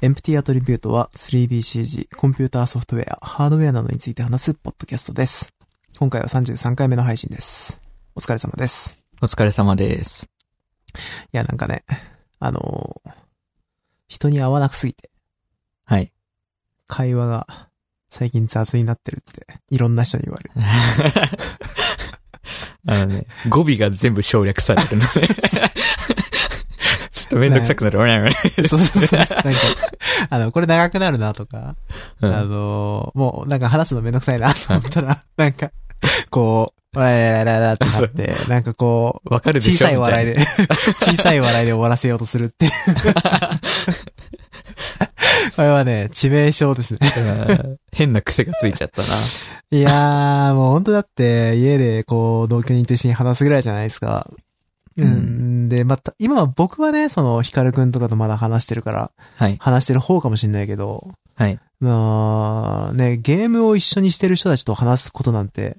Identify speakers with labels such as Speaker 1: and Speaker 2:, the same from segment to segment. Speaker 1: エンプティアトリビュートは 3BCG、コンピューターソフトウェア、ハードウェアなどについて話すポッドキャストです。今回は33回目の配信です。お疲れ様です。
Speaker 2: お疲れ様です。
Speaker 1: いや、なんかね、あのー人に会わなくすぎて、
Speaker 2: はい。
Speaker 1: 会話が最近雑になってるって、いろんな人に言われる。
Speaker 2: あのね、語尾が全部省略されてる ので。ちょっとめんどくさくなる。
Speaker 1: そうそうそうそう。なんか、あの、これ長くなるなとか、
Speaker 2: うん
Speaker 1: あのーもうなんか話すのめんどくさいなと思ったら、なんか、こう、わらやらやらってなって、 なんかこう、
Speaker 2: わかるでしょ
Speaker 1: 小さい笑い。
Speaker 2: み
Speaker 1: で、 小さい笑いで終わらせようとするっていう。 これはね、致命傷ですね。
Speaker 2: たいなうん変な癖がついちゃったな。
Speaker 1: いやー、もう本当だって、家でこう、同居人と一緒に話すぐらいじゃないですか。う、
Speaker 2: うん
Speaker 1: で、また、今は僕はね、その、ヒカルくんとかとまだ話してるから、
Speaker 2: はい。
Speaker 1: 話してる方かもしんないけど、
Speaker 2: はい。
Speaker 1: まあ、ね、ゲームを一緒にしてる人たちと話すことなんて、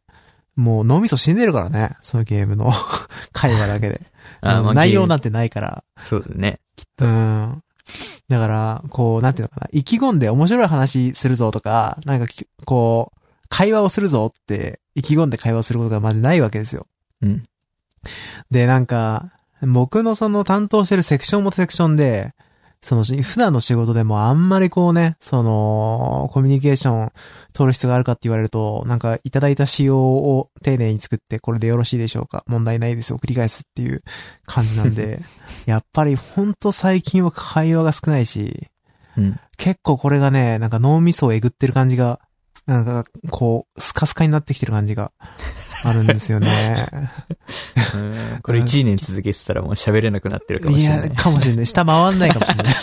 Speaker 1: もう脳みそ死んでるからね、そのゲームの 会話だ けで。
Speaker 2: ま
Speaker 1: 内容
Speaker 2: ゲー
Speaker 1: なんてないから。
Speaker 2: ムそうだね。
Speaker 1: うん。だから、こう、なんていうのかな、意気込んで面白い話するぞとか、なんかき、こう、会話をするぞって、意気込んで会話することがまずないわけですよ。
Speaker 2: うん。
Speaker 1: で、なんか、僕のその担当してるセクションもセクションで、そのし普段の仕事でもあんまりこうね、その、コミュニケーション取る必要があるかって言われると、なんかいただいた仕様を丁寧に作ってこれでよろしいでしょうか問題ないですよ。繰り返すっていう感じなん で、やっぱりほんと最近は会話が少ないし、
Speaker 2: うん。
Speaker 1: 結構これがね、なんか脳みそをえぐってる感じが、なんかこう、スカスカになってきてる感じがあるんですよね。
Speaker 2: うんこれ1年続けてたらもう喋れなくなってるかも
Speaker 1: い
Speaker 2: しれ
Speaker 1: や、
Speaker 2: ない。
Speaker 1: かもしれない。下回んないかもし れない。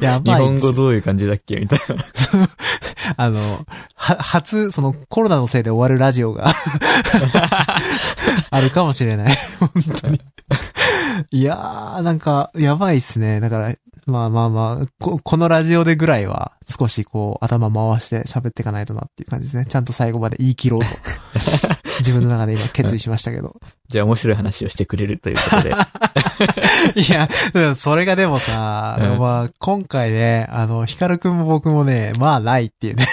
Speaker 1: や
Speaker 2: 日
Speaker 1: ばい。
Speaker 2: 本語どういう感じだっけみたいな。
Speaker 1: あの、は、初、そのコロナのせいで終わるラジオが、あるかもしれない。本当に。いやー、なんか、やばいっすね。だから、まあまあまあ、こ、このラジオでぐらいは、少しこう、頭回して喋っていかないとなっていう感じですね。ちゃんと最後まで言い 切ろうと。自分の中で今決意しましたけど。
Speaker 2: じゃあ面白い話をしてくれるということ で。
Speaker 1: いや、うんそれがでもさ、
Speaker 2: うん
Speaker 1: まあ、今回ね、あの、ヒカルくんも僕もね、まあないっていうね。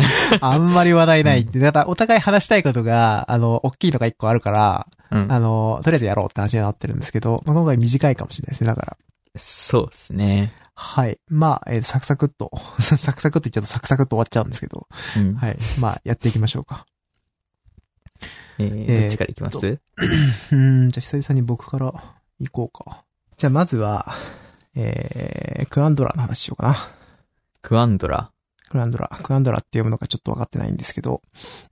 Speaker 1: あんまり話題ないって。だから、お互い話したいことが、あの、大きいのが一個あるから、
Speaker 2: うん
Speaker 1: あの、とりあえずやろうって話になってるんですけど、まあ、今回短いかもしれないですね、だから。
Speaker 2: そうですね。
Speaker 1: はい。まあ、えーサクサクっと、 サクサクっと言っちゃうとサクサクっと終わっちゃうんですけど、
Speaker 2: うん
Speaker 1: はい。まあ、やっていきましょうか。
Speaker 2: えーどっちからいきます
Speaker 1: うーん、じゃあ久々に僕から行こうか。じゃあまずは、えー、クアンドラの話しようかな。
Speaker 2: クアンドラ。
Speaker 1: クランドラ、クランドラって読むのかちょっと分かってないんですけど、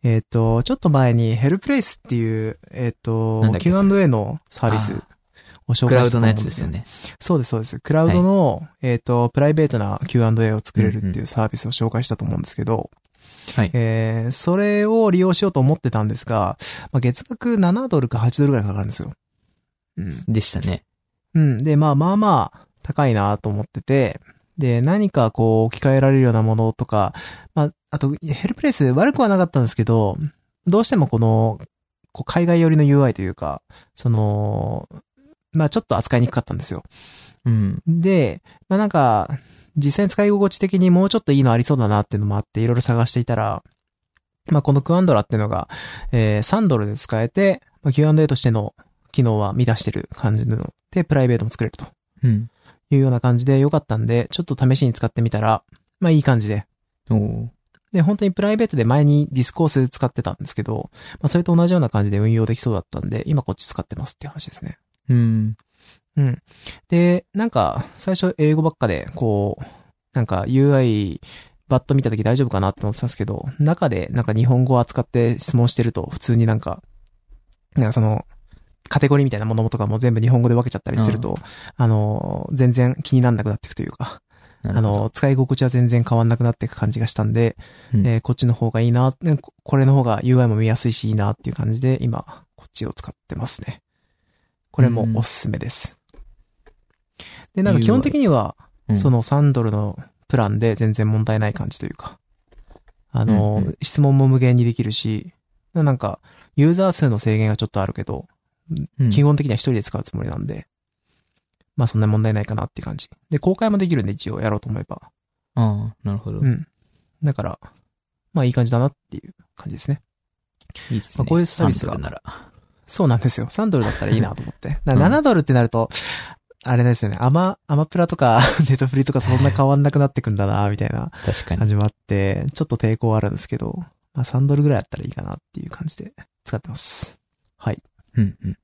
Speaker 1: えっ、と、ちょっと前にヘルプレイスっていう、えっ、
Speaker 2: なん
Speaker 1: と、
Speaker 2: だっけ
Speaker 1: Q&A のサービス
Speaker 2: あ
Speaker 1: を紹
Speaker 2: クラ
Speaker 1: 介
Speaker 2: ウ
Speaker 1: したと思
Speaker 2: ド
Speaker 1: う
Speaker 2: の
Speaker 1: ん
Speaker 2: やつですよ。ね。
Speaker 1: そうです、そうです。クラウドの、えっ、と、プライベートな Q&A を作れるっ
Speaker 2: うん
Speaker 1: て
Speaker 2: う
Speaker 1: いうサービスを紹介したと思うんですけど、
Speaker 2: はい。
Speaker 1: えー、それを利用しようと思ってたんですが、まあ、月額7ドルか8ドルぐらいかかるんですよ。うん。
Speaker 2: でしたね。
Speaker 1: うん。で、まあまあまあ、高いなと思ってて、で、何かこう置き換えられるようなものとか、まあ、あと、ヘルプレイス悪くはなかったんですけど、どうしてもこの、こう海外寄りの UI というか、その、まあちょっと扱いにくかったんですよ。
Speaker 2: うん。
Speaker 1: で、まあなんか、実際に使い心地的にもうちょっといいのありそうだなっていうのもあって、いろいろ探していたら、まあこのクアンドラっていうのが、えー3ドルで使えて、まあ、Q&A としての機能は満たしてる感じなので、プライベートも作れると。
Speaker 2: うん。
Speaker 1: いうような感じで良かったんで、ちょっと試しに使ってみたら、まあいい感じで。
Speaker 2: おー
Speaker 1: で、本当にプライベートで前にディスコース使ってたんですけど、まあそれと同じような感じで運用できそうだったんで、今こっち使ってますっていう話ですね。
Speaker 2: うん。
Speaker 1: で、なんか、最初英語ばっかで、こう、なんか UI、バッと見た時大丈夫かなって思ってたんですけど、中でなんか日本語を扱って質問してると、普通になんか、なんかその、カテゴリーみたいなものとかも全部日本語で分けちゃったりすると、あの、全然気になんなくなっていくというか、あ
Speaker 2: あ
Speaker 1: の、、使い心地は全然変わんなくなっていく感じがしたんで、
Speaker 2: うん
Speaker 1: えーこっちの方がいいな、ねここれの方が UI も見やすいしいいなっていう感じで、今、こっちを使ってますね。これもおすすめです。で、なんか基本的には、
Speaker 2: うん
Speaker 1: そ、の3ドルのプランで全然問題ない感じというか、あの、
Speaker 2: うんう
Speaker 1: 質問も無限にできるし、なんか、ユーザー数の制限がちょっとあるけど、
Speaker 2: うん
Speaker 1: 基本的には一人で使うつもりなんで、まあそんな問題ないかなっていう感じ。で、公開もできるんで一応やろうと思えば。
Speaker 2: ああ、なるほど。
Speaker 1: う
Speaker 2: い
Speaker 1: ん。だから、まあいい感じだなっていう感じですね。
Speaker 2: いっす
Speaker 1: まあ
Speaker 2: ね。
Speaker 1: こういうサービスが
Speaker 2: サンプルなら。
Speaker 1: そうなんですよ。3ドルだったらいいなと思って。だか
Speaker 2: うん
Speaker 1: ら7ドルってなると、あれですよね。アマ、アマプラとか、 ネットフリとかそんな変わんなくなってくんだな、みたいな
Speaker 2: 確かに。
Speaker 1: 感じもあって、ちょっと抵抗はあるんですけど、まあ3ドルぐらいだったらいいかなっていう感じで使ってます。はい。っ
Speaker 2: うんうん。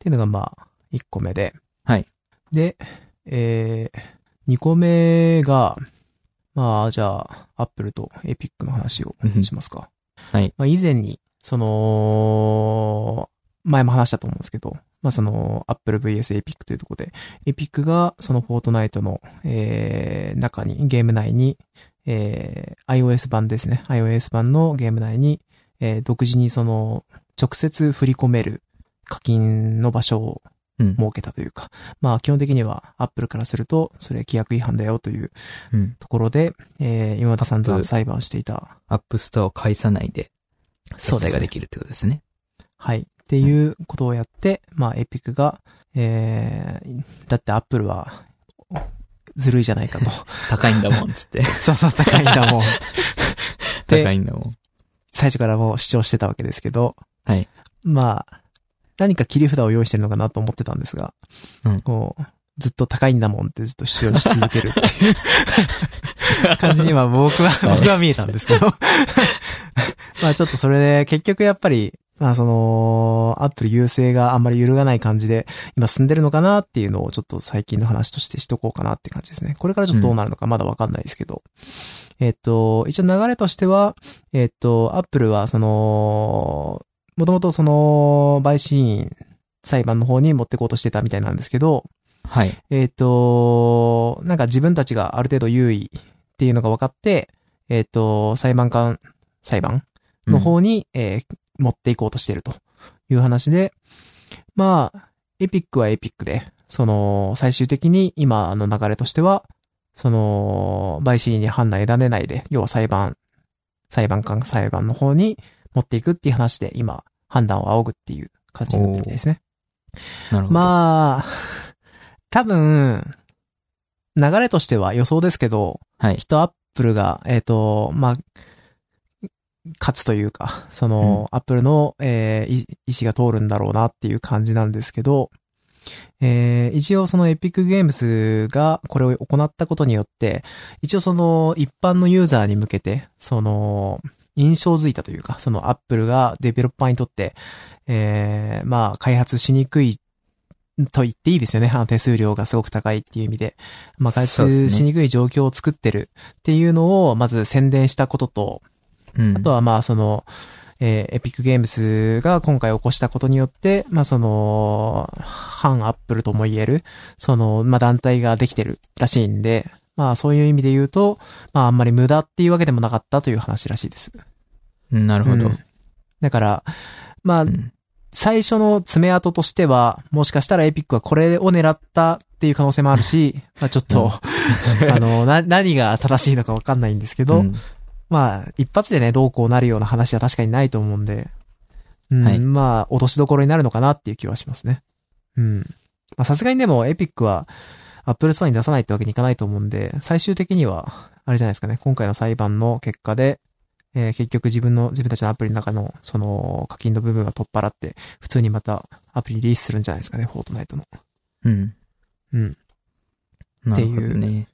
Speaker 1: ていうのがまあ、1個目で。
Speaker 2: はい。
Speaker 1: で、えー、2個目が、まあ、じゃあ、アップルとエピックの話をしますか。
Speaker 2: はい。
Speaker 1: まあ、以前に、その、前も話したと思うんですけど、まあ、その、Apple VS Epic というところで、Epic がそのフォートナイトの、えー、中に、ゲーム内に、えー、iOS 版ですね。iOS 版のゲーム内に、えー、独自にその、直接振り込める課金の場所を
Speaker 2: うん。
Speaker 1: 設けたというか、まあ基本的には Apple からすると、それ規約違反だよという
Speaker 2: うん。
Speaker 1: ところで、えー、今まで散
Speaker 2: アッ
Speaker 1: 々
Speaker 2: プ
Speaker 1: 裁判していた、
Speaker 2: アップストアを介さないで、
Speaker 1: そうで
Speaker 2: 決済
Speaker 1: すね
Speaker 2: ができるってことですね。
Speaker 1: はい。っていうことをやって、まあ、エピックが、えー、だってアップルは、ずるいじゃない かと。
Speaker 2: 高いんだもん、つって。
Speaker 1: そうそう、高いんだ もん。 で
Speaker 2: 高いんだもん。
Speaker 1: 最初からもう主張してたわけですけど、
Speaker 2: はい。
Speaker 1: まあ、何か切り札を用意してるのかなと思ってたんですが、
Speaker 2: うん
Speaker 1: こう、ずっと高いんだもんってずっと主張し続けるっていう感じには僕は、
Speaker 2: はい
Speaker 1: 僕は見えたんですけど、 まあちょっとそれで結局やっぱり、まあその、アップル優勢があんまり揺るがない感じで今進んでるのかなっていうのをちょっと最近の話としてしとこうかなって感じですね。これからちょっとどうなるのかまだわかんないですけど。えっと、一応流れとしては、えっと、アップルはその、もともとその、陪審員裁判の方に持ってこうとしてたみたいなんですけど、
Speaker 2: はい。
Speaker 1: えっ、と、なんか自分たちがある程度優位っていうのが分かって、えっ、と、裁判官、裁判
Speaker 2: うん
Speaker 1: の方に、えー持っていこうとしてるという話で、まあ、エピックはエピックで、その、最終的に今の流れとしては、その、陪審員に判断委ねないで、要は裁判、裁判官裁判の方に持っていくっていう話で、今、判断を仰ぐっていう形になってるみたいですね。
Speaker 2: なるほど。あ、
Speaker 1: まあ、多分、流れとしては予想ですけど、
Speaker 2: はい
Speaker 1: きっ。とアップルが、えっ、と、まあ、勝つというか、その、アップルの、えーい意思が通るんだろうなっていう感じなんですけど、えー一応そのエピックゲームスがこれを行ったことによって、一応その一般のユーザーに向けて、その、印象づいたというか、そのアップルがデベロッパーにとって、えーまあ、開発しにくいと言っていいですよね。あの手数料がすごく高いっていう意味で。まあ、開
Speaker 2: そうですね
Speaker 1: 発しにくい状況を作ってるっていうのを、まず宣伝したことと、
Speaker 2: うん。
Speaker 1: あとはまあその、えーエピックゲームスが今回起こしたことによって、まあその、反アップルとも言える、その、まあ団体ができてるらしいんで、まあそういう意味で言うと、まああんまり無駄っていうわけでもなかったという話らしいです。
Speaker 2: うんなるほど
Speaker 1: う。んだから、まあ
Speaker 2: うん
Speaker 1: 最初の爪痕としては、もしかしたらエピックはこれを狙ったっていう可能性もあるし、まあちょっと、あの、な、何が正しいのかわかんないんですけど、
Speaker 2: うん
Speaker 1: まあ、一発でね、どうこうなるような話は確かにないと思うんで、うん、
Speaker 2: はい
Speaker 1: まあ、落としどころになるのかなっていう気はしますね。うん。まあ、さすがにでも、エピックは、アップルストアに出さないってわけにいかないと思うんで、最終的には、あれじゃないですかね、今回の裁判の結果で、えー結局自分の、自分たちのアプリの中の、その、課金の部分が取っ払って、普通にまた、アプリリリースするんじゃないですかね、フォートナイトの。
Speaker 2: うん。
Speaker 1: うん。
Speaker 2: な
Speaker 1: って
Speaker 2: る
Speaker 1: い
Speaker 2: ほ
Speaker 1: う
Speaker 2: どね。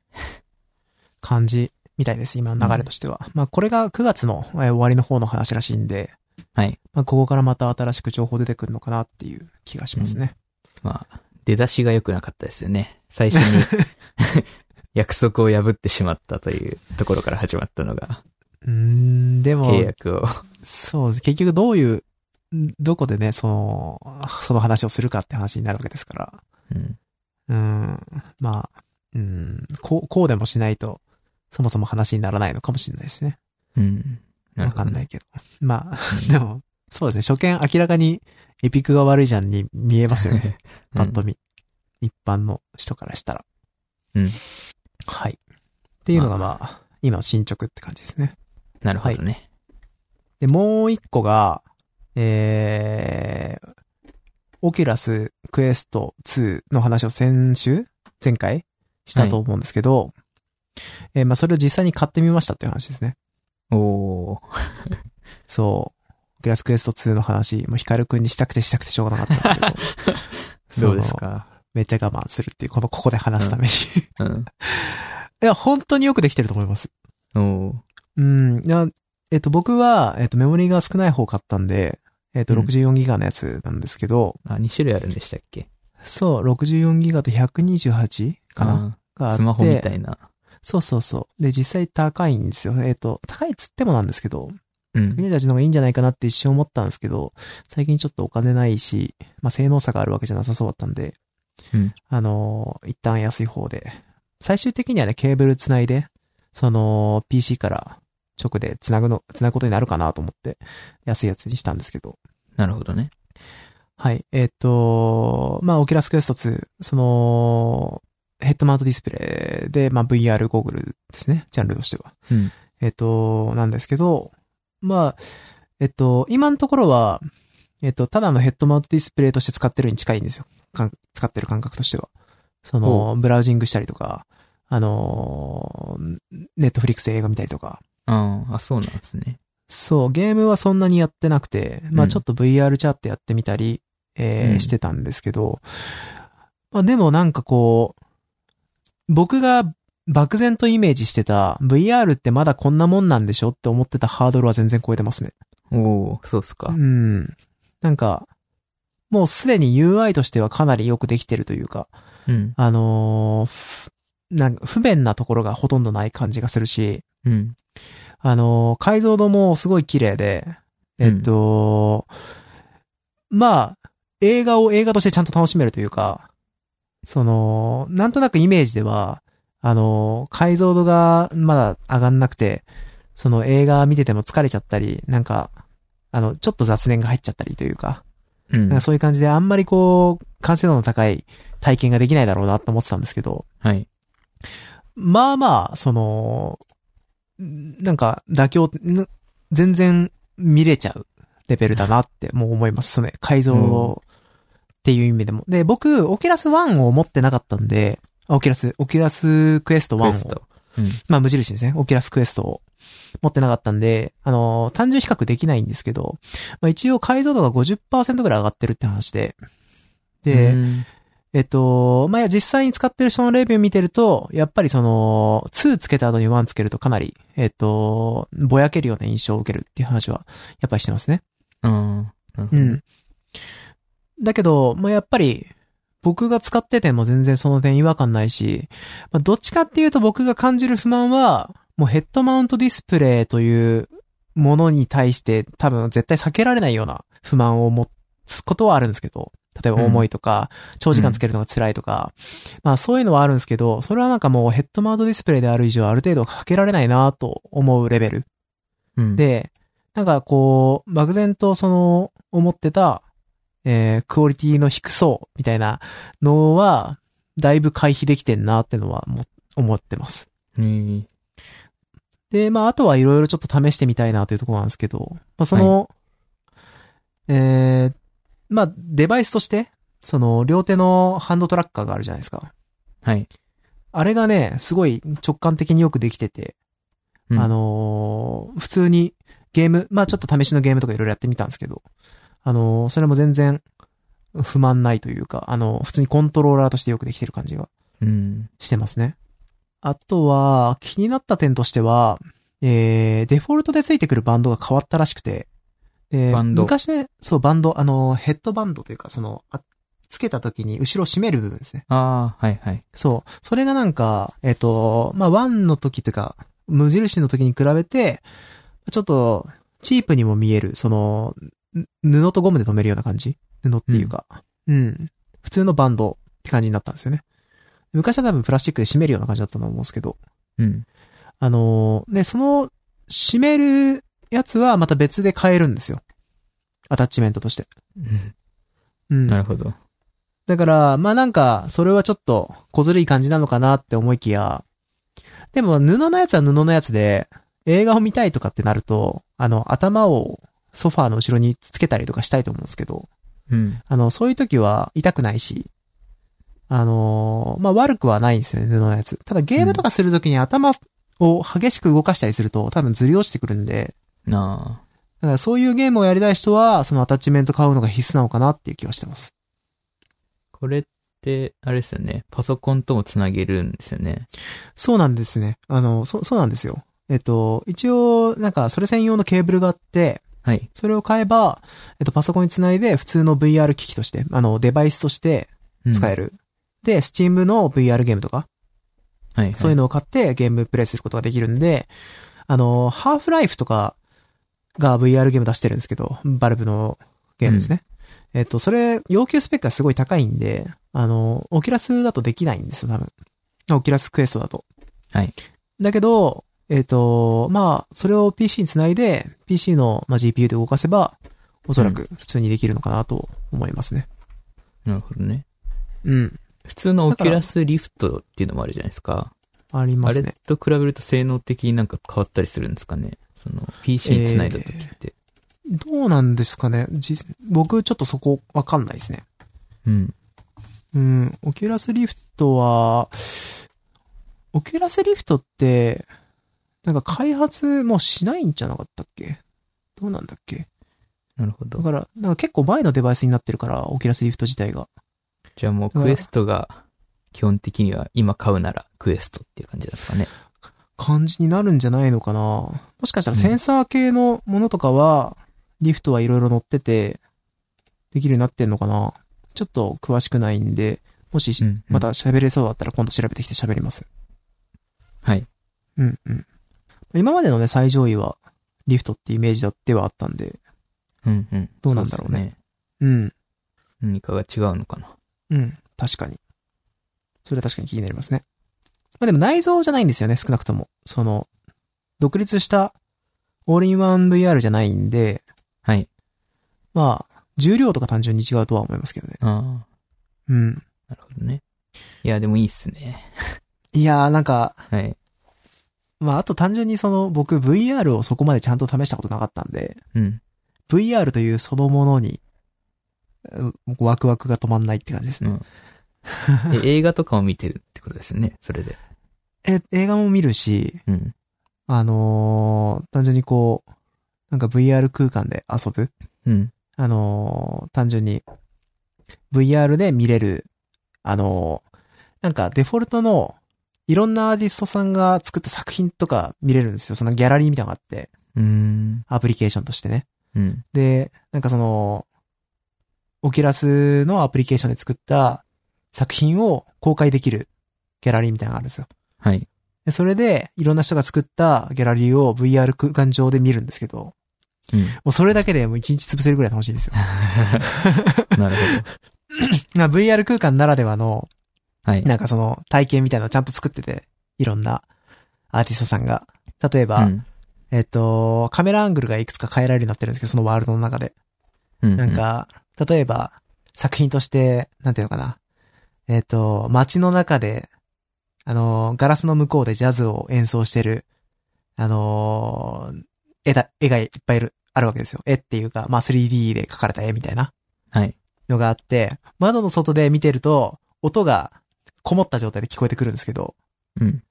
Speaker 1: 感じみたいです、今の流れとしては。まあ、これが9月の、えー終わりの方の話らしいんで、
Speaker 2: はい。
Speaker 1: まあ、ここからまた新しく情報出てくるのかなっていう気がしますね。
Speaker 2: まあ、出だしが良くなかったですよね。最初に 約束を破ってしまったというところから始まったのが、
Speaker 1: うーん、でも、
Speaker 2: 契約を。
Speaker 1: そうです。結局どういう、んどこでね、その、その話をするかって話になるわけですから。
Speaker 2: うん。
Speaker 1: うーん、まあ、うん、こう、こうでもしないと、そもそも話にならないのかもしれないですね。
Speaker 2: うん。。
Speaker 1: わかんないいけど。まあ、 でも、そうですね。初見明らかにエピックが悪いじゃんに見えますよ ね。
Speaker 2: う
Speaker 1: パ
Speaker 2: ん
Speaker 1: ッと見。一般の人からしたら。
Speaker 2: うん。
Speaker 1: はい。っていうのがまあ、今の進捗って感じですね。
Speaker 2: なるほどね。
Speaker 1: で、もう一個が、えー、オキュラスクエスト2の話を先週前回したと思うんですけど、えーまあそれを実際に買ってみましたっていう話ですね。
Speaker 2: おー。。
Speaker 1: そう。グラスクエスト2の話、もうヒカルくんにしたくてしたくてしょうがなかったんだけど
Speaker 2: どうですか
Speaker 1: めっちゃ我慢するっていう、この、ここで話すために。い
Speaker 2: うん。
Speaker 1: や、本当によくできてると思います。
Speaker 2: おー。
Speaker 1: うん。いやえっと、僕は、えっと、メモリが少ない方買ったんで、えっと、
Speaker 2: うん
Speaker 1: 64ギガのやつなんですけど、
Speaker 2: あ、2種類あるんでしたっけ
Speaker 1: そう、64ギガと 128? かながあっ
Speaker 2: あー
Speaker 1: て。
Speaker 2: スマホみたいな。
Speaker 1: そうそうそう。で、実際高いんですよ。えっ、と、高いっつってもなんですけど、
Speaker 2: うん。
Speaker 1: 国たちの方がいいんじゃないかなって一瞬思ったんですけど、最近ちょっとお金ないし、まあ、性能差があるわけじゃなさそうだったんで、
Speaker 2: うん
Speaker 1: あのー一旦安い方で。最終的にはね、ケーブル繋いで、その、PC から直で繋ぐの、繋ぐことになるかなと思って、安いやつにしたんですけど。
Speaker 2: なるほどね。
Speaker 1: はい。えっ、と、まあ、オキュラスクエスト2、その、ヘッドマウントディスプレイで、まあ、VR ゴーグルですね、ジャンルとしては。
Speaker 2: うん。
Speaker 1: えっと、なんですけど、まあ、えっと、今のところは、えっと、ただのヘッドマウントディスプレイとして使ってるに近いんですよ。かん使ってる感覚としては。その、ブラウジングしたりとか、あのー、ネットフリックス映画見たりとか。
Speaker 2: あーあ、そうなんですね。
Speaker 1: そう、ゲームはそんなにやってなくて、ま
Speaker 2: う
Speaker 1: あ
Speaker 2: ん
Speaker 1: ちょっと VR チャットやってみたり、えー
Speaker 2: うん
Speaker 1: してたんですけど、まあでもなんかこう、僕が漠然とイメージしてた VR ってまだこんなもんなんでしょって思ってたハードルは全然超えてますね。
Speaker 2: おー、そうっす
Speaker 1: う
Speaker 2: か。
Speaker 1: ん。なんか、もうすでに UI としてはかなりよくできてるというか、
Speaker 2: うん。
Speaker 1: あのーふなんか不便なところがほとんどない感じがするし、
Speaker 2: うん。
Speaker 1: あの、解像度もすごい綺麗で、えっと、まあ、映画を映画としてちゃんと楽しめるというか、その、なんとなくイメージでは、あの、解像度がまだ上がんなくて、その映画見てても疲れちゃったり、なんか、あの、ちょっと雑念が入っちゃったりというか、
Speaker 2: うん
Speaker 1: なんか。そういう感じであんまりこう、完成度の高い体験ができないだろうなと思ってたんですけど、
Speaker 2: はい。
Speaker 1: まあまあ、その、んなんか、妥協、ん全然見れちゃうレベルだなってもう思います。その改造っていう意味でも。で、僕、オキュラス1を持ってなかったんで、あオキュラス、オキュラスクエスト
Speaker 2: クエス
Speaker 1: 1を。
Speaker 2: ト。うん。
Speaker 1: まあ無印ですね。オキュラスクエストを持ってなかったんで、あのー単純比較できないんですけど、まあ一応解像度が50%ぐらい上がってるって話で、で、
Speaker 2: うん
Speaker 1: えっと、まあ、いや実際に使ってる人のレビュー見てると、やっぱりその、2つけた後に1つけるとかなり、えっと、ぼやけるような印象を受けるっていう話は、やっぱりしてますね。
Speaker 2: あーなる
Speaker 1: う
Speaker 2: ほど。
Speaker 1: ん。だけど、まあ、やっぱり、僕が使ってても全然その点違和感ないし、まあ、どっちかっていうと僕が感じる不満は、もうヘッドマウントディスプレイというものに対して多分絶対避けられないような不満を持つことはあるんですけど、例えば重いとか、長時間つけるのが辛いとか、まあそういうのはあるんですけど、それはなんかもうヘッドマウントディスプレイである以上ある程度避けられないなと思うレベル。
Speaker 2: うん、
Speaker 1: で、なんかこう、漠然とその、思ってた、えー、クオリティの低そう、みたいなのは、だいぶ回避できてんなってのは、も、思ってます。
Speaker 2: えー
Speaker 1: で、まあ、あとはいろいろちょっと試してみたいなというところなんですけど、まあ、その、えー、まあ、デバイスとして、その、両手のハンドトラッカーがあるじゃないですか。
Speaker 2: はい。
Speaker 1: あれがね、すごい直感的によくできてて、
Speaker 2: うん
Speaker 1: あ、のー普通にゲーム、まあちょっと試しのゲームとかいろいろやってみたんですけど、あのーそれも全然不満ないというか、あのー普通にコントローラーとしてよくできてる感じが
Speaker 2: うん。
Speaker 1: してますね。あとは、気になった点としては、えー、デフォルトでついてくるバンドが変わったらしくて、で
Speaker 2: バンド
Speaker 1: 昔ね、そう、バンド、あのーヘッドバンドというか、その、あつけた時に後ろ締める部分ですね。
Speaker 2: ああ、はいはい。
Speaker 1: そう。それがなんか、えっ、と、まあ、1の時というか、無印の時に比べて、ちょっと、チープにも見える、その、ぬ布とゴムで留めるような感じ布っていうか、うん、普通のバンドって感じになったんですよね。昔は多分プラスチックで締めるような感じだったと思うんですけど、
Speaker 2: うん。
Speaker 1: あのーね、その、締めるやつはまた別で買えるんですよ。アタッチメントとして。うん。
Speaker 2: なるほど。
Speaker 1: だから、まあなんか、それはちょっと、小ずるい感じなのかなって思いきや、でも布のやつは布のやつで、映画を見たいとかってなると、あの、頭をソファーの後ろにつけたりとかしたいと思うんですけど、
Speaker 2: うん。
Speaker 1: あの、そういう時は痛くないし、ああのーまあ、悪くはないんですよね、布のやつ。ただゲームとかするときに頭を激しく動かしたりすると多分ずり落ちてくるんで、
Speaker 2: なあ。
Speaker 1: だからそういうゲームをやりたい人は、そのアタッチメント買うのが必須なのかなっていう気はしてます。
Speaker 2: これって、あれですよね。パソコンともつなげるんですよね。
Speaker 1: そうなんですね。あの、そ、そうなんですよ。えっと、一応、なんか、それ専用のケーブルがあって、
Speaker 2: はい。
Speaker 1: それを買えば、えっと、パソコンにつないで、普通の VR 機器として、あの、デバイスとして使え
Speaker 2: る。
Speaker 1: る。で、Steam の VR ゲームとか、
Speaker 2: はい、はい。
Speaker 1: そういうのを買ってゲームプレイすることができるんで、あの、ハーフライフとかが VR ゲーム出してるんですけど、バルブのゲームですね。えっと、それ、要求スペックがすごい高いんで、あの、オキュラスだとできないんですよ、多分。オキュラスクエストだと。
Speaker 2: はい。
Speaker 1: だけど、えっ、と、まあ、それを PC につないで、PC の、まあ、GPU で動かせば、おそらく普通にできるのかなと思いますね。
Speaker 2: なるほどね。
Speaker 1: うん。
Speaker 2: 普通のオ
Speaker 1: だか
Speaker 2: キュ
Speaker 1: ら
Speaker 2: ラスリフトっていうのもあるじゃないですか。
Speaker 1: ありま
Speaker 2: あ
Speaker 1: す
Speaker 2: れ
Speaker 1: ね。
Speaker 2: と比べると性能的になんか変わったりするんですかねその PC に繋いだ時って。
Speaker 1: どうなんですかね実僕、ちょっとそこ、わかんないですね。
Speaker 2: うん。
Speaker 1: うん、オキュラスリフトは、オキュラスリフトって、なんか開発もうしないんじゃなかったっけどうなんだっけ
Speaker 2: なるほ
Speaker 1: だ
Speaker 2: ど。
Speaker 1: から、なんか結構前のデバイスになってるから、オキュラスリフト自体が。
Speaker 2: じゃあもうクエストが基本的には今買うならクエストっていう感じなんですかね。
Speaker 1: 感じになるんじゃないのかなもしかしたらセンサー系のものとかは、リフトはいろいろ乗ってて、できるようになってんのかなちょっと詳しくないんで、もし
Speaker 2: うん、うん
Speaker 1: また。喋れそうだったら今度調べてきて喋ります。
Speaker 2: はい。
Speaker 1: うんうん。今までのね、最上位は、リフトってイメージだってはあったんで、
Speaker 2: うんうん。
Speaker 1: どうなんだろうね
Speaker 2: そです。
Speaker 1: うん、
Speaker 2: 何かが違うのかな。
Speaker 1: うん、確かに。それは確かに気になりますね。まあでも内蔵じゃないんですよね、少なくとも。その、独立した、オールインワン VR じゃないんで、
Speaker 2: はい。
Speaker 1: まあ、重量とか単純に違うとは思いますけどね。
Speaker 2: あ
Speaker 1: うん。
Speaker 2: あ、なるほどね。いや、でもいいっすね。
Speaker 1: いやーなんか、
Speaker 2: はい。
Speaker 1: まああと単純にその、僕 VR をそこまでちゃんと試したことなかったんで、
Speaker 2: うん。
Speaker 1: VR というそのものに、うんワクワクが止まんないって感じです ね。
Speaker 2: で映画とかを見てるってことですね。それで。
Speaker 1: え、映画も見るし、
Speaker 2: うん。
Speaker 1: あのー単純にこう、なんか VR 空間で遊ぶ。
Speaker 2: うん。
Speaker 1: あのー単純に、VR で見れる、あのーなんかデフォルトの、いろんなアーティストさんが作った作品とか見れるんですよ。そのギャラリーみたいなのがあって、
Speaker 2: うーん。
Speaker 1: アプリケーションとしてね。
Speaker 2: うん。
Speaker 1: で、なんかその、オキュラスのアプリケーションで作った作品を公開できるギャラリーみたいなのがあるんですよ。
Speaker 2: はい。
Speaker 1: で、それで、いろんな人が作ったギャラリーを VR 空間上で見るんですけど、も
Speaker 2: うん。
Speaker 1: うそれだけでもう一日潰せるぐらい楽しいんですよ。
Speaker 2: なるほ
Speaker 1: まあ VR 空間ならではの、
Speaker 2: ど。はい。
Speaker 1: なんかその体験みたいなのをちゃんと作ってて、いろんなアーティストさんが。例えば、
Speaker 2: うん
Speaker 1: えっと、カメラアングルがいくつか変えられるようになってるんですけど、そのワールドの中で。
Speaker 2: うう
Speaker 1: なんか、例えば、作品として、なんていうのかな。えっ、と、街の中で、あのー、ガラスの向こうでジャズを演奏してる、あのー、絵だ、絵がいっぱいいる、あるわけですよ。絵っていうか、まあ 3D で描かれた絵みたいな
Speaker 2: はい。
Speaker 1: のがあって、窓の外で見てると、音がこもった状態で聞こえてくるんですけど、
Speaker 2: うん。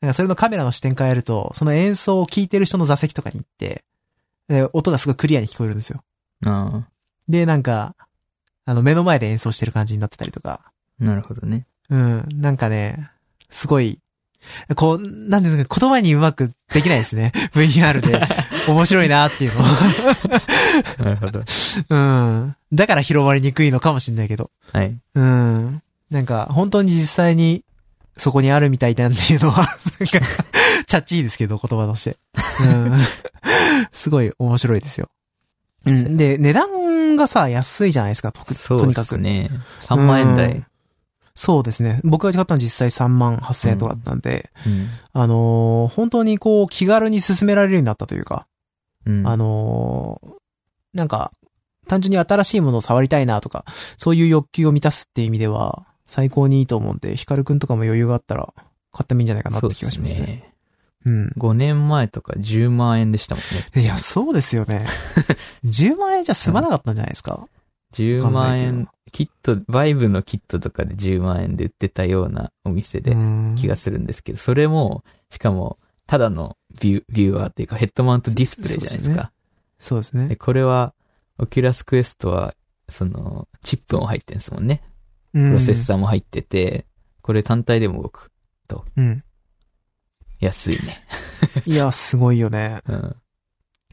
Speaker 1: なんかそれのカメラの視点変えると、その演奏を聴いてる人の座席とかに行って、で、音がすごいクリアに聞こえるんですよ。
Speaker 2: あ
Speaker 1: で、なんか、あの、目の前で演奏してる感じになってたりとか。
Speaker 2: あ、なるほどね。
Speaker 1: うん、なんかね、すごい、こう、なんていうのか、言葉にうまくできないですね。VR で。面白いなっていう
Speaker 2: なるほど。
Speaker 1: の。 うん。だから広まりにくいのかもしれないけど。
Speaker 2: はい。
Speaker 1: うん。なんか、本当に実際に、そこにあるみたいなんていうのは、なんか、チャッチーですけど、言葉として。うん。すごい面白いですよ。うん。で、値段がさ、安いじゃないですか、と
Speaker 2: そ
Speaker 1: と
Speaker 2: う
Speaker 1: に
Speaker 2: で
Speaker 1: か
Speaker 2: す
Speaker 1: く。
Speaker 2: ね。3万円台。
Speaker 1: そうですね。僕が買ったの実際3万8000円とかだったんで、あのー本当にこう気軽に進められるようになったというか、
Speaker 2: うん。うん
Speaker 1: あのーなんか、単純に新しいものを触りたいなとか、そういう欲求を満たすっていう意味では、最高にいいと思うんで、ヒカルくんとかも余裕があったら、買ってもいいんじゃないかなっ
Speaker 2: そ
Speaker 1: て
Speaker 2: うで
Speaker 1: 気がし
Speaker 2: す
Speaker 1: ますね。
Speaker 2: ね。
Speaker 1: うん。
Speaker 2: 5年前とか10万円でしたもんね。
Speaker 1: いや、そうですよね。10万円じゃ済まなかったんじゃないですか。わ
Speaker 2: 10
Speaker 1: かんな
Speaker 2: 万
Speaker 1: いけど
Speaker 2: 円、キット、バイブのキットとかで10万円で売ってたようなお店で気がするんですけど、それも、しかも、ただのビュービューアーっていうかヘッドマウントディスプレイじゃないです
Speaker 1: そう
Speaker 2: か。
Speaker 1: ですそうですね
Speaker 2: で、。これは、オキュラスクエストは、その、チップも入ってるんですもんね。
Speaker 1: プ
Speaker 2: プロセッサーも入ってて、これ単体でも動く。
Speaker 1: ー。うん。
Speaker 2: 安いね。
Speaker 1: いや、すごいよね。
Speaker 2: うん。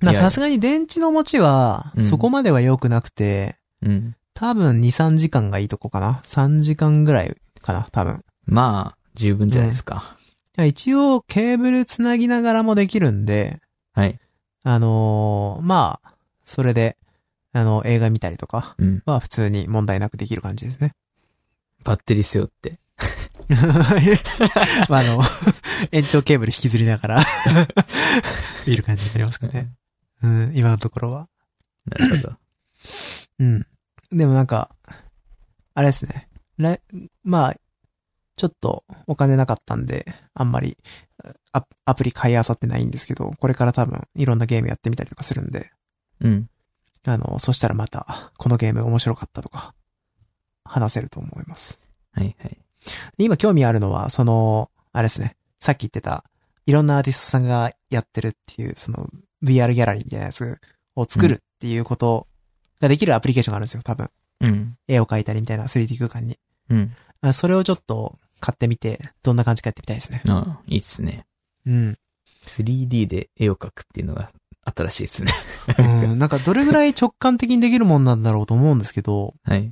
Speaker 1: まあ
Speaker 2: いや
Speaker 1: さすがに電池の持ちは
Speaker 2: う、ん
Speaker 1: そこまでは良くなくて、
Speaker 2: うん。
Speaker 1: 多分2、3時間がいいとこかな。3時間ぐらいかな、多分。
Speaker 2: まあ、十分じゃないですか。
Speaker 1: いや一応、ケーブルつなぎながらもできるんで、
Speaker 2: はい。
Speaker 1: あのーまあ、それで、あの、映画見たりとか
Speaker 2: うん。
Speaker 1: は普通に問題なくできる感じですね。
Speaker 2: バッテリー背負って。
Speaker 1: まあ、あの、延長ケーブル引きずりながら、 見る感じになりますかね。うん、今のところは。
Speaker 2: な るほど。
Speaker 1: うん。でもなんか、あれですね。来まあ、ちょっとお金なかったんで、あんまりアアプリ買い漁ってないんですけど、これから多分いろんなゲームやってみたりとかするんで、
Speaker 2: うん。
Speaker 1: あの、そしたらまた、このゲーム面白かったとか、話せると思います。
Speaker 2: はいはい。
Speaker 1: 今興味あるのは、その、あれですね。さっき言ってた、いろんなアーティストさんがやってるっていう、その VR ギャラリーみたいなやつを作るっていうことができるアプリケーションがあるんですよ、多分。
Speaker 2: うん。
Speaker 1: 絵を描いたりみたいな 3D 空間に。
Speaker 2: うん。
Speaker 1: あそれをちょっと買ってみて、どんな感じかやってみたいですね。
Speaker 2: ああ、いいですね。
Speaker 1: うん。
Speaker 2: 3D で絵を描くっていうのが新しいですね。
Speaker 1: うん、なんかどれぐらい直感的にできるもんなんだろうと思うんですけど、
Speaker 2: はい。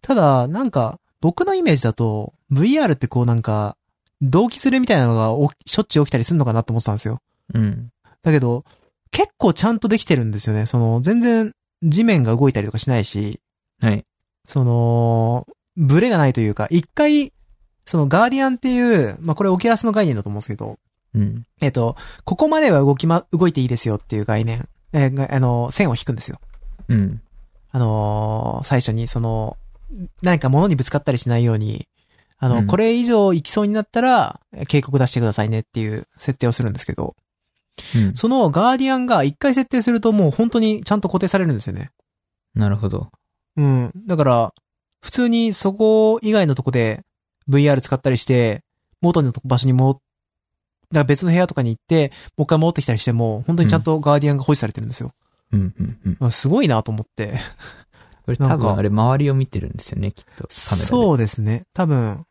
Speaker 1: ただ、なんか、僕のイメージだと、VR ってこうなんか、動機するみたいなのがおしょっちゅう起きたりするのかなと思ってたんですよ。
Speaker 2: うん。
Speaker 1: だけど、結構ちゃんとできてるんですよね。その、全然地面が動いたりとかしないし、
Speaker 2: はい。
Speaker 1: その、ブレがないというか、一回、そのガーディアンっていう、まあ、これオキュラスの概念だと思うんですけど、
Speaker 2: うん。
Speaker 1: えっと、ここまでは動きま、動いていいですよっていう概念、えーがあの、線を引くんですよ。
Speaker 2: うん。
Speaker 1: あのー最初にその、何か物にぶつかったりしないように、あの、
Speaker 2: うん
Speaker 1: これ以上行きそうになったら、え警告出してくださいねっていう設定をするんですけど、
Speaker 2: うん。
Speaker 1: そのガーディアンが一回設定するともう本当にちゃんと固定されるんですよね。
Speaker 2: なるほど。
Speaker 1: うん。だから、普通にそこ以外のとこで VR 使ったりして、元の場所に戻っだから別の部屋とかに行って、もう一回戻ってきたりしても、本当にちゃんとガーディアンが保持されてるんですよ。
Speaker 2: うん。うん。うん。
Speaker 1: あすごいなと思って。
Speaker 2: これ
Speaker 1: な
Speaker 2: 多
Speaker 1: んか
Speaker 2: 分あれ周りを見てるんですよね、きっと。カメラで。
Speaker 1: そうですね。多分、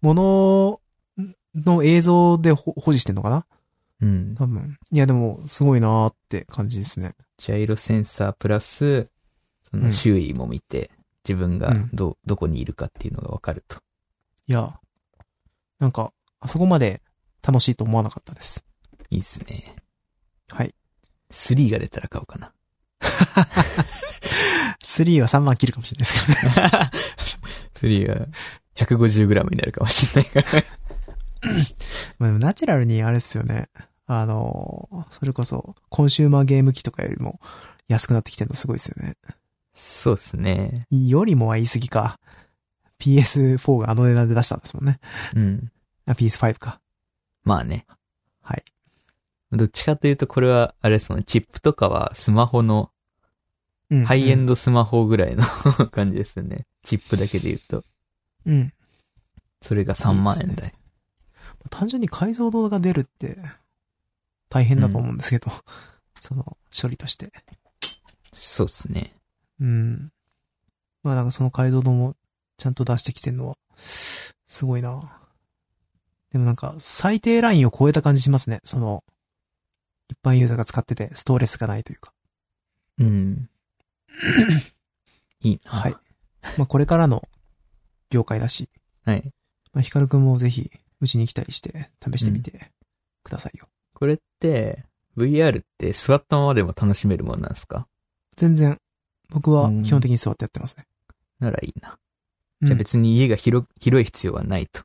Speaker 1: ものの映像でほ保持してんのかな
Speaker 2: うん。
Speaker 1: 多分。いや、でも、すごいなーって感じですね。
Speaker 2: ジャイロセンサープラス、そ
Speaker 1: うん
Speaker 2: の周囲も見て、自分
Speaker 1: う
Speaker 2: が
Speaker 1: ん
Speaker 2: ど、どこにいるかっていうのがわかると。
Speaker 1: いや、なんか、あそこまで楽しいと思わなかったです。
Speaker 2: いいっすね。
Speaker 1: はい。
Speaker 2: 3が出たら買おうかな。
Speaker 1: 3は3万切るかもしれないですからね。
Speaker 2: 3が 150g になるかもしれないから。
Speaker 1: まあでもナチュラルにあれですよね。あのー、それこそ、コンシューマーゲーム機とかよりも安くなってきてるのすごいですよね。
Speaker 2: そうですね。
Speaker 1: よりもは言い過ぎか。PS4 があの値段で出したんですもんね。
Speaker 2: うん。
Speaker 1: あ、PS5 か。
Speaker 2: まあね。
Speaker 1: はい。
Speaker 2: どっちかというと、これは、あれですもんね、チップとかはスマホの、
Speaker 1: うん
Speaker 2: ハイエンドスマホぐらいの 感じですよね。チップだけで言うと。
Speaker 1: うん。
Speaker 2: それが3万
Speaker 1: いい
Speaker 2: 円
Speaker 1: っす
Speaker 2: 台。
Speaker 1: 単純に解像度が出るって大変だと思うんですけど、その処理として。
Speaker 2: そうですね。
Speaker 1: うん。まあなんかその解像度もちゃんと出してきてるのは、すごいな。でもなんか最低ラインを超えた感じしますね。その、一般ユーザーが使っててストレスがないというか。
Speaker 2: うん。いいな。
Speaker 1: はい。まあこれからの業界だし、
Speaker 2: はい。
Speaker 1: まあヒカルくんもぜひうちに来たりして試してみてくださいよ。
Speaker 2: これって、VR って座ったままでも楽しめるもんなんですか
Speaker 1: 全然、僕は基本的に座ってやってますね。
Speaker 2: ならいいな。
Speaker 1: うん
Speaker 2: じゃあ別に家が広、広い必要はないと。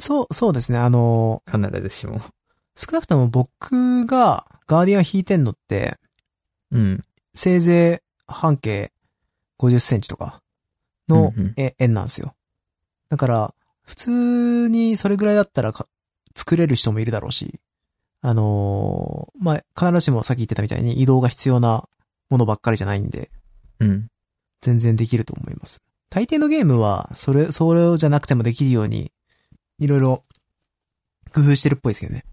Speaker 1: そう、そうですね。あの、
Speaker 2: 必ずしも。
Speaker 1: 少なくとも僕がガーディアン引いてんのって、
Speaker 2: うん。
Speaker 1: せいぜい半径50センチとかの
Speaker 2: うんうん
Speaker 1: え円なんですよ。だから、普通にそれぐらいだったらか作れる人もいるだろうし、あのーまあ、必ずしもさっき言ってたみたいに移動が必要なものばっかりじゃないんで、
Speaker 2: うん。
Speaker 1: 全然できると思います。大抵のゲームは、それ、それじゃなくてもできるように、いろいろ、工夫してるっぽいですけどね。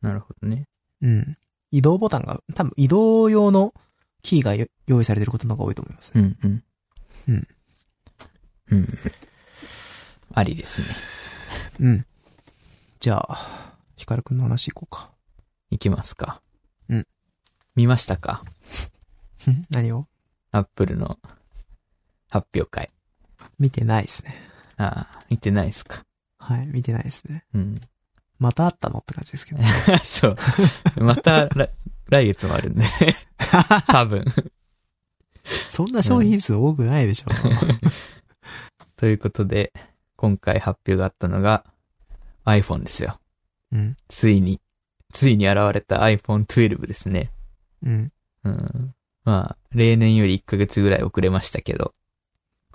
Speaker 2: なるほどね。
Speaker 1: うん。移動ボタンが、多分移動用のキーがよ用意されてることの方が多いと思います。
Speaker 2: うんうん。
Speaker 1: うん。
Speaker 2: うん。ありですね。
Speaker 1: うん。じゃあ、ヒカルくんの話いこうか。
Speaker 2: いきますか。
Speaker 1: うん。
Speaker 2: 見ましたか
Speaker 1: 何を
Speaker 2: アップルの発表会。
Speaker 1: 見てないですね。
Speaker 2: ああ、見てないですか。
Speaker 1: はい、見てないですね。
Speaker 2: うん。
Speaker 1: またあったのって感じですけど。
Speaker 2: そう。また来、来月もあるんで、 多分。
Speaker 1: そんな商品数多くないでしょ。
Speaker 2: ということで、今回発表があったのが iPhone ですよ。
Speaker 1: うん。
Speaker 2: ついに、ついに現れた iPhone12 ですね。
Speaker 1: うん。
Speaker 2: うん。まあ、例年より1ヶ月ぐらい遅れましたけど、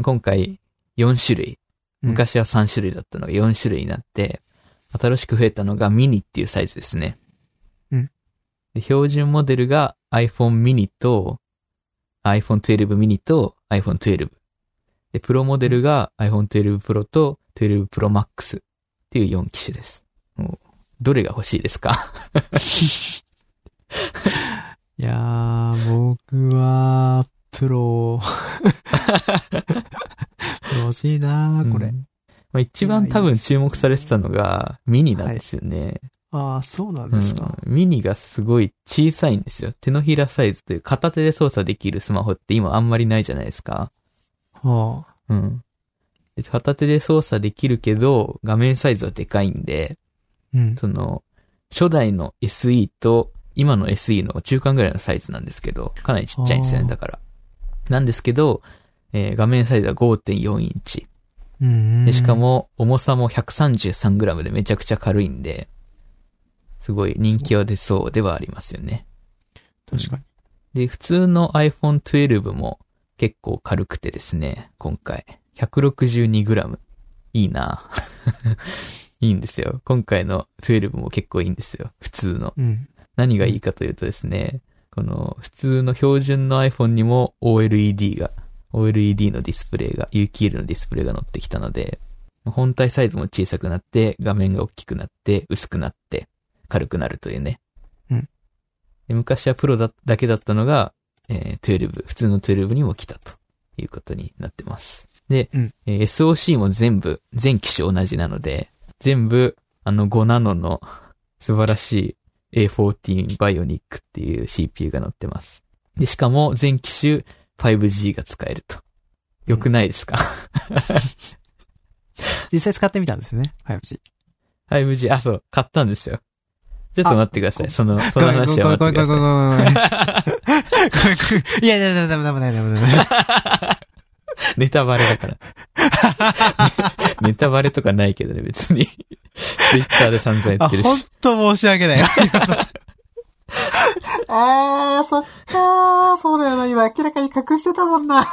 Speaker 2: 今回4種類、
Speaker 1: うん
Speaker 2: 昔は3種類だったのが4種類になって、新しく増えたのがミニっていうサイズですね。
Speaker 1: うん。
Speaker 2: で、標準モデルが iPhone mini と、iPhone 12 mini と iPhone 12。で、プロモデルが iPhone 12 Pro と12 Pro Max っていう4機種です。もうどれが欲しいですか
Speaker 1: いやー、僕は、プロ。プロ欲しいなー、これ。
Speaker 2: うんまあ、一番多分注目されてたのが、ミニなんですよね。
Speaker 1: ああ、そうなんですか。
Speaker 2: うんミニがすごい小さいんですよ。手のひらサイズという片手で操作できるスマホって今あんまりないじゃないですか。
Speaker 1: はあ、
Speaker 2: うん。で片手で操作できるけど、画面サイズはでかいんで、
Speaker 1: うん。
Speaker 2: その、初代の SE と今の SE の中間ぐらいのサイズなんですけど、かなりちっちゃいんですよ
Speaker 1: あ
Speaker 2: ね、
Speaker 1: ー
Speaker 2: だから。なんですけど、えー画面サイズは5.4インチ。
Speaker 1: うん。
Speaker 2: で、しか、も、重さも 133g でめちゃくちゃ軽いんで、すごい人気は出そうではありますよね。
Speaker 1: 確かに。
Speaker 2: で、普通の iPhone 12も結構軽くてですね、今回。162g。いいな いいんですよ。今回の12も結構いいんですよ。普通の。
Speaker 1: うん。
Speaker 2: 何がいいかというとですね、この普通の標準の iPhone にも OLED が、OLED のディスプレイが、有機 l のディスプレイが乗ってきたので、本体サイズも小さくなって、画面が大きくなって、薄くなって、軽くなるというね。
Speaker 1: うん
Speaker 2: で昔はプロだだけだったのが、えー12、普通の12にも来たということになってます。で、
Speaker 1: うん
Speaker 2: えー SOC も全部、全機種同じなので、全部、あの5ナノの素晴らしい A14 バイオニックっていう CPU が載ってます。で、しかも全機種 5G が使えると。よくないですか、
Speaker 1: 実際使ってみたんですよね、5G。
Speaker 2: 5G、あ、そう、買ったんですよ。ちょっと待ってください。その、その話は待ってくださ
Speaker 1: さい。いやいやいや、ダメダメダメダメダメ。
Speaker 2: い。ネタバレ だから。ネタバレとかないけどね、別に。Twitter で散々言
Speaker 1: あ、
Speaker 2: ってる
Speaker 1: ほん
Speaker 2: し。
Speaker 1: と申し訳ない。 あー、そっかー。そうだよな。今明らかに隠してたもん な。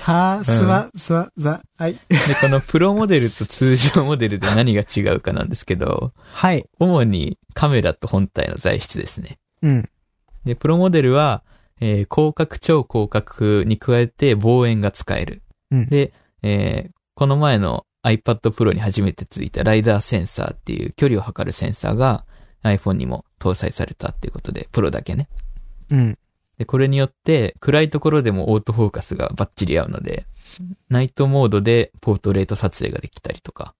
Speaker 1: はー、すま、すま、ざ、はい。
Speaker 2: で、このプロモデルと通常モデルで何が違うかなんですけど、
Speaker 1: はい。
Speaker 2: 主にカメラと本体の材質ですね。
Speaker 1: うん。
Speaker 2: で、プロモデルは、えー広角、超広角に加えて望遠が使える。
Speaker 1: うん
Speaker 2: で、えーこの前の iPad Pro に初めてついたライダーセンサーっていう距離を測るセンサーが iPhone にも搭載されたっていうことで、プロだけね。
Speaker 1: うん。
Speaker 2: で、これによって暗いところでもオートフォーカスがバッチリ合うので、ナイトモードでポートレート撮影ができたりとか、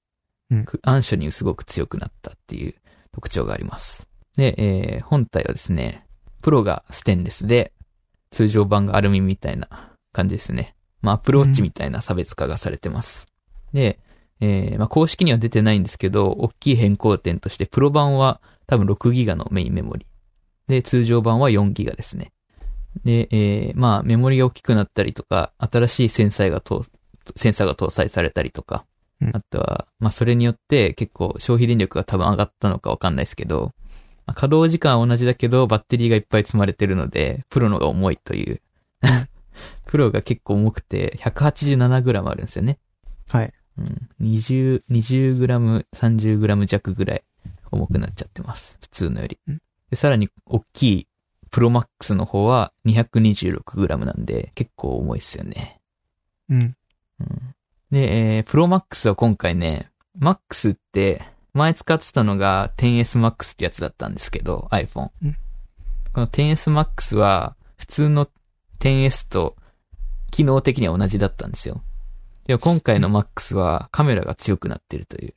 Speaker 1: うん
Speaker 2: く暗所にすごく強くなったっていう特徴があります。で、えー本体はですね、プロがステンレスで、通常版がアルミみたいな感じですね。まあ、アップルウォッチみたいな差別化がされてます。で、えーまあ、公式には出てないんですけど、大きい変更点として、プロ版は多分6ギガのメインメモリ。で、通常版は4ギガですね。で、えーまあ、メモリが大きくなったりとか、新しいセンサーが搭センサーが搭載されたりとか、
Speaker 1: うん
Speaker 2: あとは、まあ、それによって結構消費電力が多分上がったのかわかんないですけど、まあ稼働時間は同じだけど、バッテリーがいっぱい積まれてるので、プロのが重いという。 プロが結構重くて、187g あるんですよね。
Speaker 1: はい。
Speaker 2: うん。20、20g、30g 弱ぐらい重くなっちゃってます。普通のより
Speaker 1: うん。
Speaker 2: でさらに大きいプロマックスの方は 226g なんで、結構重いですよね。
Speaker 1: うん。
Speaker 2: うん。で、えー、プロマックスは今回ね、マックスって、前使ってたのが 10S Max ってやつだったんですけど、iPhone。
Speaker 1: うん
Speaker 2: この 10S Max は、普通の 10S と、機能的には同じだったんですよ。でも今回の Max はカメラが強くなってるという。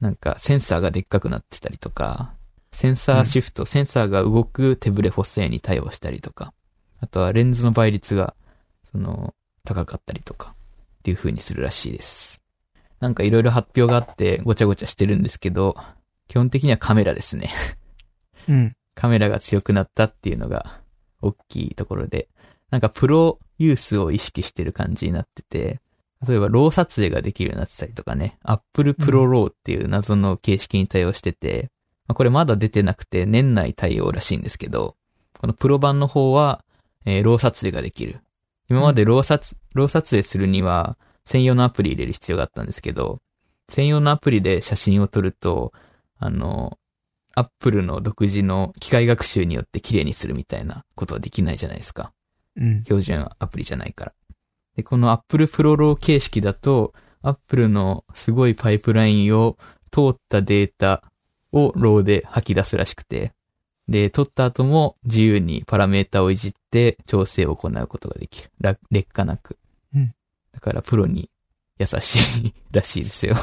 Speaker 2: なんかセンサーがでっかくなってたりとか、センサーシフト、センサーが動く手ブレ補正に対応したりとか、あとはレンズの倍率が、その、高かったりとか、っていう風にするらしいです。なんかいろいろ発表があってごちゃごちゃしてるんですけど、基本的にはカメラですね。
Speaker 1: うん。
Speaker 2: カメラが強くなったっていうのが大きいところで、なんかプロユースを意識してる感じになってて、例えばロー撮影ができるようになってたりとかね、Apple Pro RAW っていう謎の形式に対応してて、まあこれまだ出てなくて年内対応らしいんですけど、このプロ版の方は、えー、ロー撮影ができる。今までロー撮、ロー撮影するには専用のアプリ入れる必要があったんですけど、専用のアプリで写真を撮ると、あの、アップルの独自の機械学習によって綺麗にするみたいなことはできないじゃないですか。
Speaker 1: うん。
Speaker 2: 標準アプリじゃないから。で、この Apple Pro RAW 形式だと、Apple のすごいパイプラインを通ったデータを RAW で吐き出すらしくて、で、取った後も自由にパラメータをいじって調整を行うことができる。ら劣化なく。
Speaker 1: うん
Speaker 2: だからプロに優しいらしいですよ。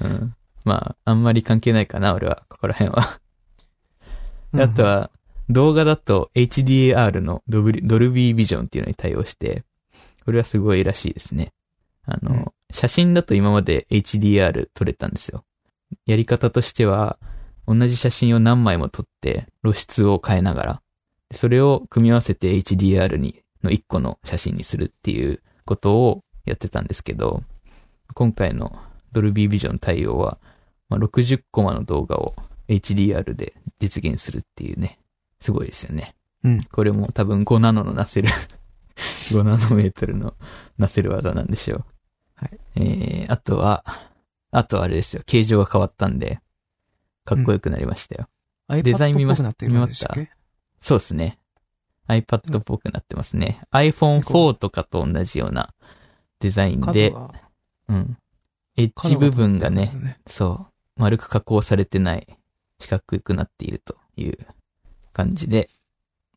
Speaker 2: うん。まあ、あんまり関係ないかな、俺は。ここら辺は。であとは、動画だと HDR のドブリドルビービジョンっていうのに対応して、これはすごいらしいですね。あの、
Speaker 1: うん
Speaker 2: 写真だと今まで HDR 撮れたんですよ。やり方としては、同じ写真を何枚も撮って露出を変えながら、それを組み合わせて HDR に、の1個の写真にするっていうことをやってたんですけど、今回のドルビービジョン対応は、まあ、60コマの動画を HDR で実現するっていうね、すごいですよね。
Speaker 1: うん
Speaker 2: これも多分5ナノのなせる、5ナノメートルのなせる技なんでしょう。
Speaker 1: はい。
Speaker 2: えー、あとは、あとあれですよ、形状が変わったんで、かっこよくなりましたよ。
Speaker 1: うん、
Speaker 2: デザイン見まし
Speaker 1: iPad っぽくなってるんでしたっけ
Speaker 2: そうですね。iPad っぽくなってますね。iPhone 4とかと同じようなデザイン
Speaker 1: 角
Speaker 2: で、
Speaker 1: が、
Speaker 2: うん。エッジ
Speaker 1: 角が
Speaker 2: 部分がね
Speaker 1: 立っ、てるんだよ。
Speaker 2: そう。丸く加工されてない、四角くなっているという感じで、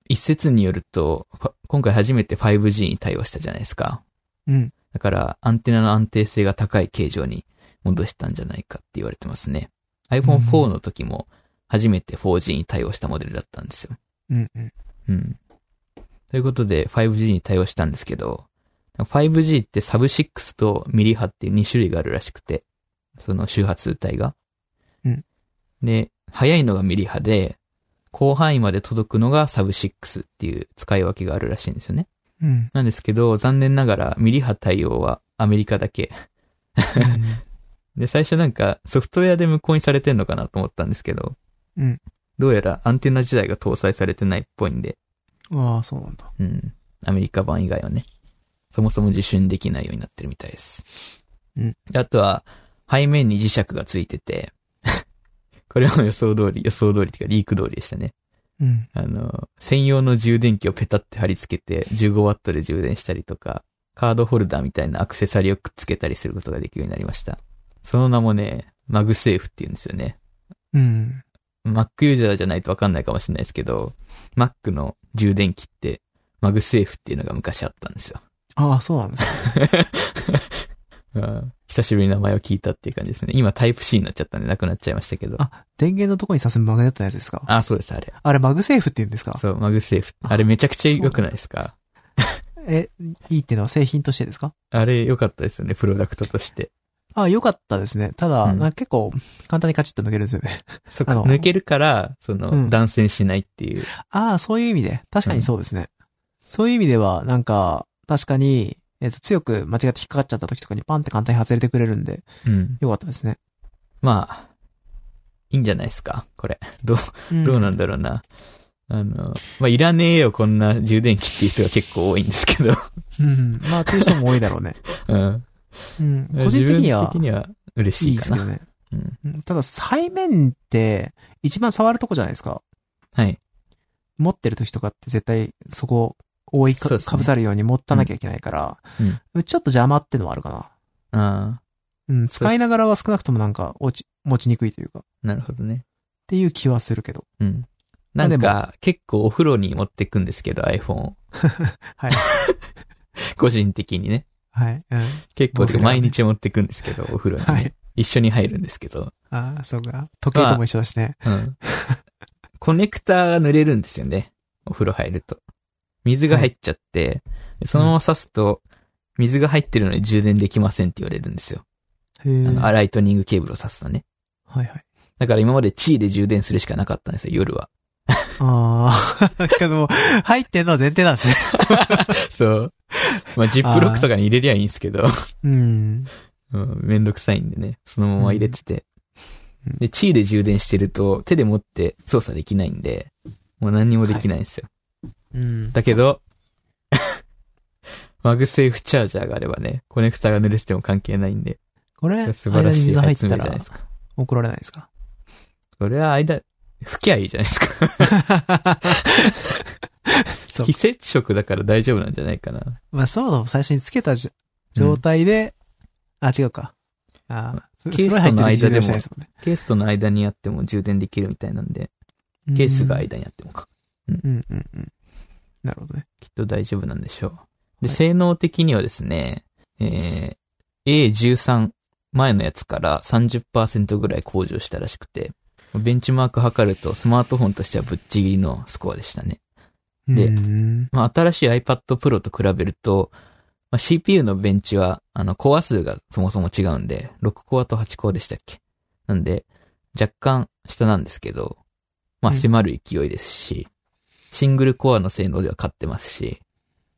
Speaker 2: 一説によると、ファ今回初めて 5G に対応したじゃないですか。
Speaker 1: うん。
Speaker 2: だから、アンテナの安定性が高い形状に戻したんじゃないかって言われてますね。iPhone 4の時も、初めて 4G に対応したモデルだったんですよ。
Speaker 1: うんうん。
Speaker 2: うん。ということで、5G に対応したんですけど、5G ってサブ6とミリ波っていう2種類があるらしくて、その周波数帯が。
Speaker 1: うん
Speaker 2: で、速いのがミリ波で、広範囲まで届くのがサブ6っていう使い分けがあるらしいんですよね。
Speaker 1: うん。
Speaker 2: なんですけど、残念ながらミリ波対応はアメリカだけ。で、最初なんかソフトウェアで無効にされてんのかなと思ったんですけど、
Speaker 1: うん
Speaker 2: どうやらアンテナ自体が搭載されてないっぽいんで、
Speaker 1: うん。ああ、そうなんだ。
Speaker 2: うん。アメリカ版以外はね、そもそも受信できないようになってるみたいです。
Speaker 1: うん
Speaker 2: で。あとは、背面に磁石がついてて、 これも予想通り、予想通りっていうかリーク通りでしたね。
Speaker 1: うん。
Speaker 2: あの、専用の充電器をペタって貼り付けて 15W で充電したりとか、カードホルダーみたいなアクセサリーをくっつけたりすることができるようになりました。その名もね、マグセーフって言うんですよね。
Speaker 1: うん。
Speaker 2: Mac ユーザーじゃないとわかんないかもしれないですけど、Mac の充電器って、マグセーフっていうのが昔あったんですよ。
Speaker 1: ああ、そうなんです。
Speaker 2: うん久しぶりに名前を聞いたっていう感じですね。今タイプ C になっちゃったんでなくなっちゃいましたけど。あ、
Speaker 1: あ、電源のとこにさすマグネットのやつですか
Speaker 2: そうです、あれ。
Speaker 1: あれマグセーフって言うんですか
Speaker 2: そう、マグセーフ。
Speaker 1: あ
Speaker 2: あれめちゃくちゃ良くないですか
Speaker 1: え、いいっていうのは製品としてですか
Speaker 2: あれ良かったですよね、プロダクトとして。
Speaker 1: ああ、よかったですね。ただ、
Speaker 2: うん
Speaker 1: なんか結構簡単にカチッと抜けるんですよね。
Speaker 2: そ
Speaker 1: あの
Speaker 2: 抜けるから、その、
Speaker 1: うん
Speaker 2: 断線しないっていう。
Speaker 1: ああ、そういう意味で。確かにそうですね。そういう意味では、なんか、確かに、えっ、と、強く間違って引っかかっちゃった時とかにパンって簡単に外れてくれるんで、
Speaker 2: うん。
Speaker 1: よかったですね。
Speaker 2: まあ、いいんじゃないですか、これ。どう、
Speaker 1: うん
Speaker 2: どうなんだろうな。あの、まあ、いらねえよ、こんな充電器っていう人が結構多いんですけど。
Speaker 1: うん。まあ、という人も多いだろうね。
Speaker 2: うん。
Speaker 1: うん。個人的に
Speaker 2: 自分
Speaker 1: は
Speaker 2: 的、には嬉
Speaker 1: いい
Speaker 2: しい
Speaker 1: で
Speaker 2: か
Speaker 1: すけ
Speaker 2: な。
Speaker 1: どね。
Speaker 2: うん。
Speaker 1: うんただ、背面って、一番触るとこじゃないですか。
Speaker 2: はい。
Speaker 1: 持ってる時とかって絶対そこを覆い
Speaker 2: そう
Speaker 1: か,、
Speaker 2: ですね
Speaker 1: ぶさるように持たなきゃいけないから、ちょっと邪魔ってのはあるかな。
Speaker 2: あ
Speaker 1: うん、使いながらは少なくともなんか落ち、持ちにくいというか、っ
Speaker 2: あ、なるほどね。
Speaker 1: ていう気はするけど。
Speaker 2: うん。
Speaker 1: まあ
Speaker 2: な
Speaker 1: で
Speaker 2: ん
Speaker 1: も
Speaker 2: か、結構お風呂に持ってくんですけど、iPhone を。
Speaker 1: はい。
Speaker 2: 個人的にね。
Speaker 1: はい。うん。
Speaker 2: 結
Speaker 1: ど
Speaker 2: 構
Speaker 1: うせならね
Speaker 2: 毎日持ってくんですけど、お風呂にね、
Speaker 1: はい。
Speaker 2: 一緒に入るんですけど。
Speaker 1: ああ、そうか。時計とも一緒だしね。
Speaker 2: うん。コネクターが濡れるんですよね。お風呂入ると。水が入っちゃって、そのまま刺すと、水が入ってるのに充電できませんって言われるんですよ。
Speaker 1: へえ。
Speaker 2: あの、
Speaker 1: は
Speaker 2: ア
Speaker 1: い
Speaker 2: ライトニングケーブルを刺すとね。
Speaker 1: はい。
Speaker 2: だから今まで地位で充電するしかなかったんですよ、夜は。
Speaker 1: ああ、なん かでも、入ってんのは前提なんですね。
Speaker 2: そう。まあ、ジップロックとかに入れりゃいいんですけど。
Speaker 1: うん。
Speaker 2: うん、めんどくさいんでね、そのまま入れてて。
Speaker 1: うんうん
Speaker 2: で、チーで充電してると、手で持って操作できないんで、もう何にもできないんですよ。
Speaker 1: うん。
Speaker 2: だけど、 マグセーフチャージャーがあればね、コネクタが濡れてても関係ないんで、
Speaker 1: これ、
Speaker 2: 素晴らしい
Speaker 1: 間に
Speaker 2: 発
Speaker 1: 水入
Speaker 2: 明じゃ
Speaker 1: っ
Speaker 2: な
Speaker 1: た
Speaker 2: い
Speaker 1: ら
Speaker 2: ですか。
Speaker 1: 怒られないですか
Speaker 2: それは間、吹きゃいいじゃないですか。
Speaker 1: そう
Speaker 2: 非。接触だから大丈夫なんじゃないかな。
Speaker 1: まあ、そもそも最初につけたじ状態で、あ、違うか。ああ、
Speaker 2: ケースとの間で
Speaker 1: 風呂入ってる時充
Speaker 2: も
Speaker 1: 電してないですんね
Speaker 2: ケースとの間にあっても充電できるみたいなんで、ケースが間にあってもか。
Speaker 1: うんうんうん。なるほどね。
Speaker 2: きっと大丈夫なんでしょう。で、
Speaker 1: はい
Speaker 2: 性能的にはですね、えー、A13 前のやつから30%ぐらい向上したらしくて、ベンチマーク測るとスマートフォンとしてはぶっちぎりのスコアでしたね。で
Speaker 1: うん
Speaker 2: まあ、新しい iPad Pro と比べると、まあ、CPU のベンチは、あの、コア数がそもそも違うんで、6コアと8コアでしたっけなんで、若干下なんですけど、まあ、
Speaker 1: うん
Speaker 2: 迫る勢いですし、シングルコアの性能では勝ってますし、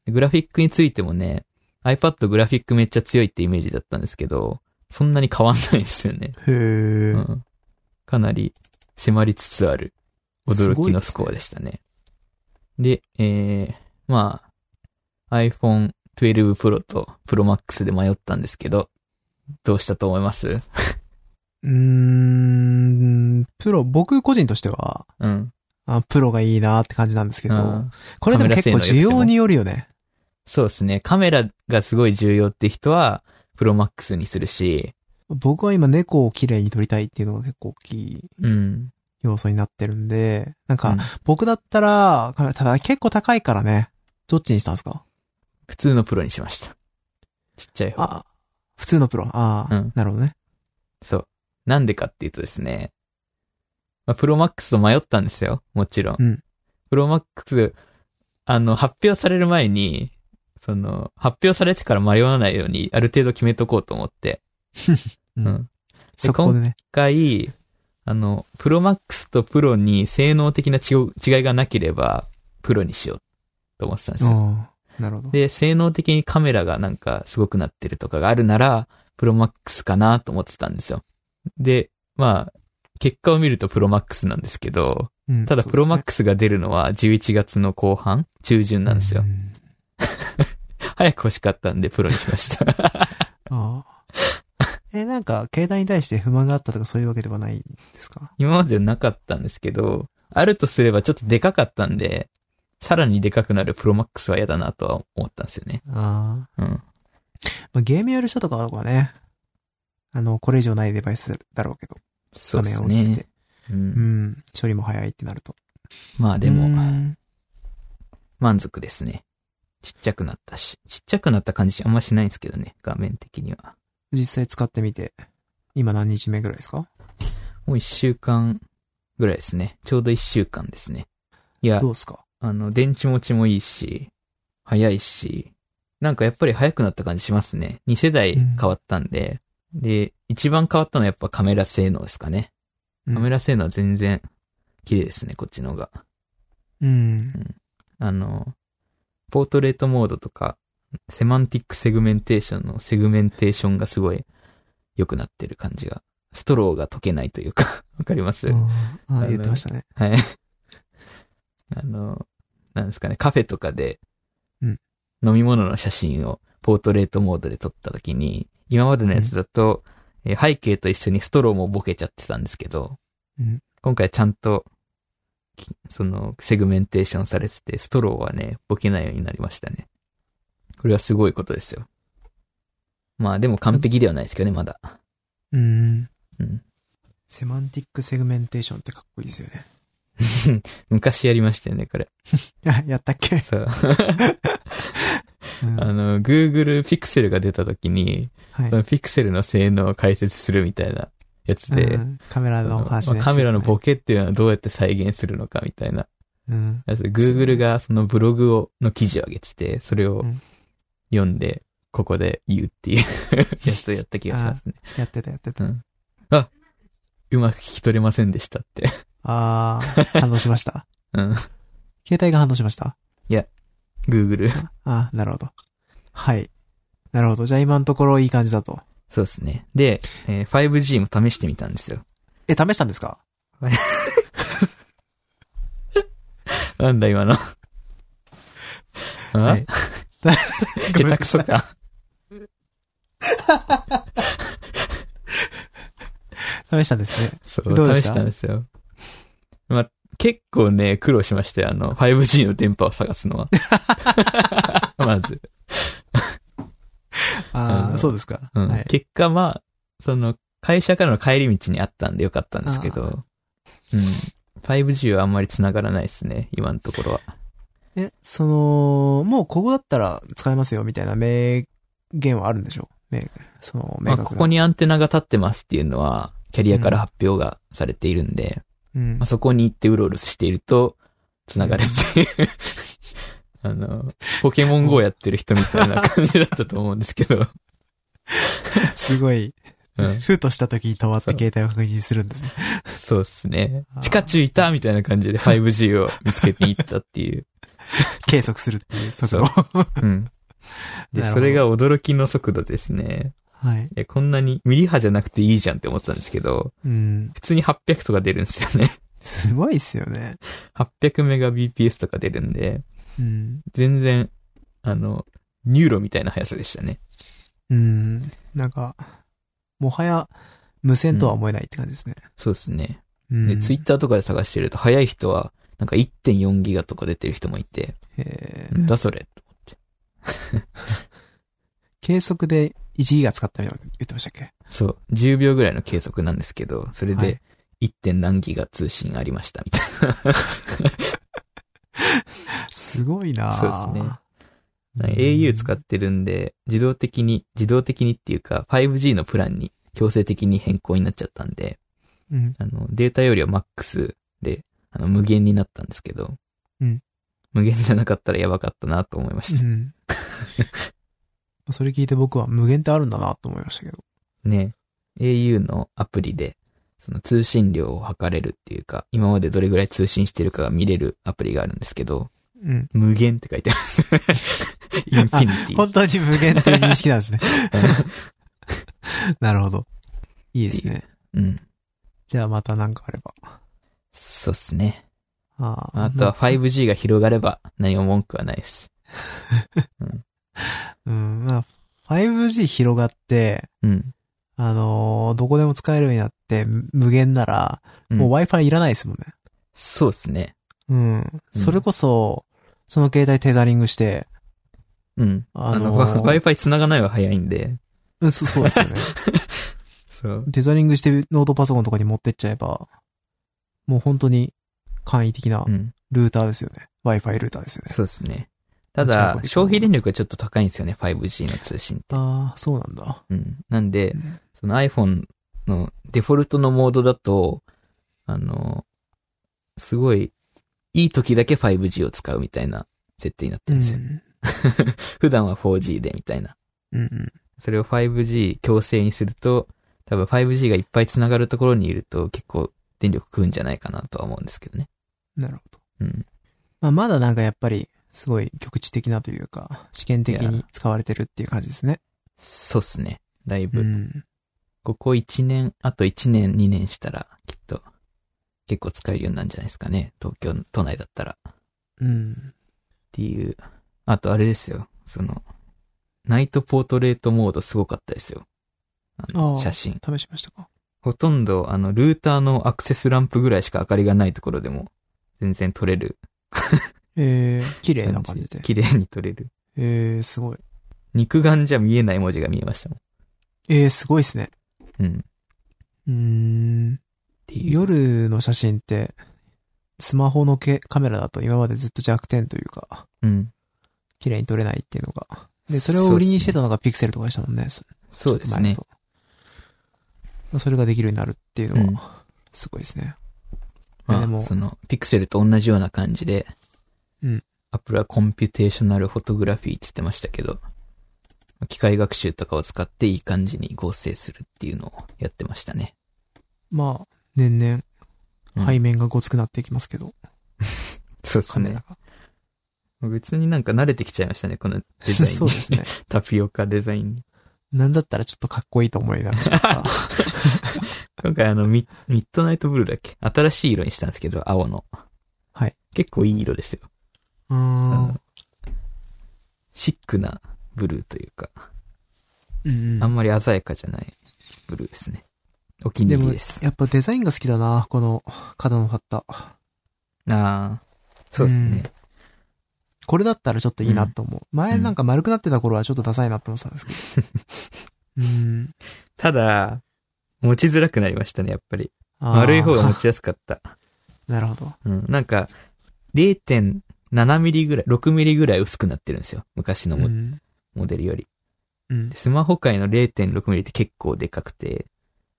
Speaker 2: グラフィックについてもね、iPad グラフィックめっちゃ強いってイメージだったんですけど、そんなに変わんないですよね。
Speaker 1: へえ、
Speaker 2: うん。かなり迫りつつある
Speaker 1: す
Speaker 2: 驚
Speaker 1: ご
Speaker 2: き
Speaker 1: いで
Speaker 2: の
Speaker 1: すね
Speaker 2: スコアでしたね。でえー、まあ、iPhone 12 Pro と Pro Max で迷ったんですけど、どうしたと思います
Speaker 1: うーん、プロ、僕個人としては、
Speaker 2: うん。
Speaker 1: あプロがいいなって感じなんですけ
Speaker 2: う
Speaker 1: ど、
Speaker 2: ん
Speaker 1: これでも結構
Speaker 2: カメラ性能良くて
Speaker 1: 需
Speaker 2: も
Speaker 1: 要によるよね。
Speaker 2: そうですね。カメラがすごい重要って人は、Pro Max にするし、
Speaker 1: 僕は今猫を綺麗に撮りたいっていうのが結構大きい
Speaker 2: うん。
Speaker 1: 要素になってるんで、なん
Speaker 2: う
Speaker 1: か
Speaker 2: ん、
Speaker 1: 僕だったら、カメラただ結構高いからね、どっちにしたんですか
Speaker 2: 普通のプロにしました。ちっちゃい方。
Speaker 1: あ、普通のプロ。ああ、
Speaker 2: うん
Speaker 1: なるほどね。
Speaker 2: そう。なんでかっていうとですね、まあ、プロマックスと迷ったんですよ。もちろん。
Speaker 1: うん
Speaker 2: プロマックス、あの、発表される前に、その、発表されてから迷わないように、ある程度決めとこうと思って。
Speaker 1: うん
Speaker 2: うん
Speaker 1: そこでね。
Speaker 2: 一回、あの、プロマックスとプロに性能的な違う違いがなければ、プロにしようと思ってたんですよ。
Speaker 1: おーなるほど。
Speaker 2: で、性能的にカメラがなんかすごくなってるとかがあるなら、プロマックスかなと思ってたんですよ。で、まあ、結果を見るとプロマックスなんですけど、
Speaker 1: うん
Speaker 2: ただ
Speaker 1: そう
Speaker 2: プ
Speaker 1: ですね
Speaker 2: ロマックスが出るのは11月の後半、中旬なんですよ
Speaker 1: う。ん
Speaker 2: 早く欲しかったんでプロにしました。
Speaker 1: あー え、なんか、携帯に対して不満があったとかそういうわけではないんですか
Speaker 2: 今までなかったんですけど、あるとすればちょっとでかかったんで、さらにでかくなるプロマックスは嫌だなとは思ったんですよね。
Speaker 1: ああ。
Speaker 2: うん。
Speaker 1: まあ、ゲームやる人とかはね、あの、これ以上ないデバイスだろうけど、
Speaker 2: そ
Speaker 1: 画
Speaker 2: うで
Speaker 1: 面
Speaker 2: す
Speaker 1: を大きく
Speaker 2: ね
Speaker 1: て。。
Speaker 2: う、
Speaker 1: うんん。処理も早いってなると。
Speaker 2: まあで
Speaker 1: う
Speaker 2: も、
Speaker 1: ん
Speaker 2: 満足ですね。ちっちゃくなったし。ちっちゃくなった感じあんましないんですけどね、画面的には。
Speaker 1: 実際使ってみて、今何日目ぐらいですか
Speaker 2: もう一週間ぐらいですね。ちょうど一週間ですね。いや
Speaker 1: ど、うですか
Speaker 2: あの、電池持ちもいいし、早いし、なんかやっぱり早くなった感じしますね。2世代変わったんで、で、一番変わったのはやっぱカメラ性能ですかね。
Speaker 1: うん
Speaker 2: カメラ性能は全然綺麗ですね、こっちの方が。
Speaker 1: うん。
Speaker 2: あの、ポートレートモードとか、セマンティックセグメンテーションのセグメンテーションがすごい良くなってる感じが。ストローが溶けないというか、 わかります
Speaker 1: あーあ
Speaker 2: あ
Speaker 1: ー、
Speaker 2: の
Speaker 1: 言ってましたね。
Speaker 2: はい。あの、なんですかね、カフェとかで、
Speaker 1: うん
Speaker 2: 飲み物の写真をポートレートモードで撮った時に、今までのやつだと、えー背景と一緒にストローもボケちゃってたんですけど、
Speaker 1: うん
Speaker 2: 今回ちゃんときその、セグメンテーションされてて、ストローはね、ボケないようになりましたね。これはすごいことですよ。まあでも完璧ではないですけどね、まだ。
Speaker 1: うん。
Speaker 2: うん。
Speaker 1: セマンティックセグメンテーションってかっこいいですよね。
Speaker 2: 昔やりましたよね、これ。
Speaker 1: あ、やったっけ、
Speaker 2: そう。
Speaker 1: うん、
Speaker 2: あ
Speaker 1: はい
Speaker 2: の、Google Pixel が出た時に、その Pixel の性能を解説するみたいなやつで、
Speaker 1: うんカメラの話
Speaker 2: その
Speaker 1: ね。
Speaker 2: カメラのボケっていうのはどうやって再現するのかみたいな。
Speaker 1: うん。
Speaker 2: やつ Google がそのブログを、の記事を上げてて、それを
Speaker 1: うん
Speaker 2: 読んで、ここで言うっていうやつをやった気がしますね。
Speaker 1: やってたやってた。
Speaker 2: うまく聞き取れませんでしたって。
Speaker 1: あー、反応しました。
Speaker 2: うん。
Speaker 1: 携帯が反応しました。
Speaker 2: Google。
Speaker 1: あー、なるほど。はい。なるほど。じゃあ今のところいい感じだと。
Speaker 2: そうですね。で、えー 5G も試してみたんですよ。
Speaker 1: え、試したんですか
Speaker 2: なんだ今の。あ、
Speaker 1: はいご
Speaker 2: 下
Speaker 1: めん
Speaker 2: 手
Speaker 1: な
Speaker 2: く
Speaker 1: さ
Speaker 2: そ
Speaker 1: い
Speaker 2: か。
Speaker 1: 試したんですね。
Speaker 2: そう、
Speaker 1: どうで
Speaker 2: 試
Speaker 1: した
Speaker 2: したんですよ。まあ、結構ね、苦労しましたよ。あの、5G の電波を探す のは。まず。
Speaker 1: あ
Speaker 2: あ
Speaker 1: ー、
Speaker 2: の
Speaker 1: そうですか。
Speaker 2: うん
Speaker 1: はい。
Speaker 2: 結果、まあ、その、会社からの帰り道にあったんでよかったんですけど、うん。5G はあんまり繋がらないですね、今のところは。
Speaker 1: え、その、もうここだったら使えますよみたいな名言はあるんでしょう名、その、明
Speaker 2: まあ、
Speaker 1: 確な。
Speaker 2: ここにアンテナが立ってますっていうのは、キャリアから発表がされているんで、
Speaker 1: うん
Speaker 2: まあ、。そこに行ってうろうろしていると、繋がるって いう。あの、ポケモン GO やってる人みたいな感じだったと思うんですけ ど。
Speaker 1: すごい、
Speaker 2: うん、
Speaker 1: ふとした時に止まって携帯を確認するんですね。
Speaker 2: そうですね
Speaker 1: あ。ー
Speaker 2: ピカチュウいたみたいな感じで 5G を見つけていったっていう。
Speaker 1: 計測するっていう速度。
Speaker 2: うん。で
Speaker 1: なる、ほど
Speaker 2: それが驚きの速度ですね。
Speaker 1: はい。
Speaker 2: え、こんなにミリ波じゃなくていいじゃんって思ったんですけど、
Speaker 1: うん。
Speaker 2: 普通に800とか出るんですよね。
Speaker 1: すごいっすよね。
Speaker 2: 800メガ BPS とか出るんで、
Speaker 1: うん。
Speaker 2: 全然、あの、ニューロみたいな速さでしたね。
Speaker 1: うん。なんか、もはや、無線とは思えないって感じですね。
Speaker 2: そうですね。
Speaker 1: うん。
Speaker 2: で、ツイッターとかで探してると、早い人は、なんか1.4ギガとか出てる人もいて、
Speaker 1: えー
Speaker 2: なんだそれ。
Speaker 1: 計測で1ギガ使ったみたいなこと言ってましたっけ
Speaker 2: そう、10秒ぐらいの計測なんですけど、それ
Speaker 1: は
Speaker 2: で
Speaker 1: い
Speaker 2: 1. 点何ギガ通信ありましたみたいな。
Speaker 1: すごいなぁ
Speaker 2: そうですね。au 使ってるんで、自動的に、自動的にっていうか、5G のプランに強制的に変更になっちゃったんで、
Speaker 1: うん。
Speaker 2: あの、データ容量マックスで、あの、無限になったんですけど、
Speaker 1: うん
Speaker 2: 無限じゃなかったらやばかったなと思いまし
Speaker 1: う
Speaker 2: た。
Speaker 1: ん。それ聞いて僕は無限ってあるんだなと思いましたけど。
Speaker 2: ね、au のアプリで、その通信量を測れるっていうか、今までどれぐらい通信してるかが見れるアプリがあるんですけど、
Speaker 1: うん。
Speaker 2: 無限って書いてます。 インフィニティ。
Speaker 1: 本当に無限っていう認識なんですね。なるほど。いいですね。
Speaker 2: うん。
Speaker 1: じゃあまたなんかあれば。
Speaker 2: そうっすね。
Speaker 1: あー
Speaker 2: あとは 5G が広がれば何も文句はないです。
Speaker 1: うん、まあ 5G 広がって、
Speaker 2: うん。
Speaker 1: あのーどこでも使えるようになって、む無限なら、
Speaker 2: うん
Speaker 1: もう Wi-Fi いらないですもんね。
Speaker 2: そうですね。
Speaker 1: うん。それこそ、その携帯テザリングして、
Speaker 2: うん。
Speaker 1: あ
Speaker 2: あの、
Speaker 1: のー
Speaker 2: Wi-Fi 繋がないは早いんで。
Speaker 1: うん、そうそう ですよね。
Speaker 2: そう。
Speaker 1: テザリングしてノートパソコンとかに持ってっちゃえば、もう本当に簡易的な
Speaker 2: うん。
Speaker 1: ルーターですよね。Wi-Fi ルーターですよね。
Speaker 2: そうですね。た
Speaker 1: 持ち運
Speaker 2: だ
Speaker 1: び可、能
Speaker 2: 消費電力がちょっと高いんですよね、5G の通信って。
Speaker 1: ああ、そうなんだ。
Speaker 2: うん。なんで
Speaker 1: うん、
Speaker 2: その iPhone のデフォルトのモードだと、あの、すごい、いい時だけ 5G を使うみたいな設定になって
Speaker 1: う
Speaker 2: るんですよ。
Speaker 1: ん。
Speaker 2: 普段は 4G でみたいな。
Speaker 1: うんうん。
Speaker 2: それを 5G 強制にすると、多分 5G がいっぱい繋がるところにいると結構電力食うんじゃないかなとは思うんですけどね。
Speaker 1: なるほど。
Speaker 2: うん。
Speaker 1: まあ、まだなんかやっぱり、すごい局地的なというか、試験的に使われてるっていう感じですね。
Speaker 2: そうっすね。だいうぶ。
Speaker 1: ん。
Speaker 2: ここ1年、あと1年、2年したら、きっと、結構使えるようになるんじゃないですかね。東京、都内だったら。っ
Speaker 1: うん。
Speaker 2: ていう。あとあれですよ。その、ナイトポートレートモードすごかったですよ。あの
Speaker 1: ああ
Speaker 2: 写真。
Speaker 1: 試しましたか
Speaker 2: ほとんど、あの、ルーターのアクセスランプぐらいしか明かりがないところでも、全然撮れる
Speaker 1: えー、綺麗
Speaker 2: 感
Speaker 1: な
Speaker 2: じ。
Speaker 1: 感じで。
Speaker 2: 綺麗に撮れる。
Speaker 1: えー、すごい。
Speaker 2: 肉眼じゃ見えない文字が見えましたも
Speaker 1: えー、すごいですね。
Speaker 2: ん。うん。っ
Speaker 1: うーん。
Speaker 2: ていう。
Speaker 1: 夜の写真って、スマホのけカメラだと今までずっと弱点というか、
Speaker 2: うん。
Speaker 1: 綺麗に撮れないっていうのが。で、それを売りにしてたのがピクセルとかでしたもんね。
Speaker 2: そうです
Speaker 1: 前
Speaker 2: ね
Speaker 1: と。。まあそれができるようになるっていう
Speaker 2: うん
Speaker 1: のは、すごいですね。
Speaker 2: ま
Speaker 1: でも
Speaker 2: あ、その、ピクセルと同じような感じで、
Speaker 1: うん。
Speaker 2: アップルはコンピュテーショナルフォトグラフィーって言ってましたけど、機械学習とかを使っていい感じに合成するっていうのをやってましたね。
Speaker 1: まあ、年々、
Speaker 2: うん
Speaker 1: 背面がごつくなっていきますけど、
Speaker 2: そうです
Speaker 1: カメラ
Speaker 2: ね。
Speaker 1: が。
Speaker 2: 別になんか慣れてきちゃいましたね、このデ ザインに。
Speaker 1: そうです。ね。
Speaker 2: タピオカデザインに。
Speaker 1: なんだったらちょっとかっこいいと思いながらしま った。
Speaker 2: 今回あのミ、ミッドナイトブルーだっけ新しい色にしたんですけど、青の。
Speaker 1: はい。
Speaker 2: 結構いい色ですよ。
Speaker 1: うーん。
Speaker 2: シックなブルーというか、
Speaker 1: うん
Speaker 2: あ
Speaker 1: うん
Speaker 2: まり鮮やかじゃないブルーですね。お気に
Speaker 1: で
Speaker 2: 入り
Speaker 1: も
Speaker 2: です、。
Speaker 1: やっぱデザインが好きだな、この角の張った。
Speaker 2: ああ、そうですね。
Speaker 1: これだったらちょっといいなと思う。前なんか丸くなってた頃はちょっとダサいなと思ってたんですけど。うん。
Speaker 2: ただ、持ちづらくなりましたね、やっぱり。
Speaker 1: あー
Speaker 2: 丸い方が持ちやすかった。
Speaker 1: なるほど。
Speaker 2: うん、なんか、0.7ミリぐらい、6ミリぐらい薄くなってるんですよ。昔のモ,、
Speaker 1: うん。
Speaker 2: モデルより。
Speaker 1: うん
Speaker 2: で。スマホ界の0.6ミリって結構でかくて、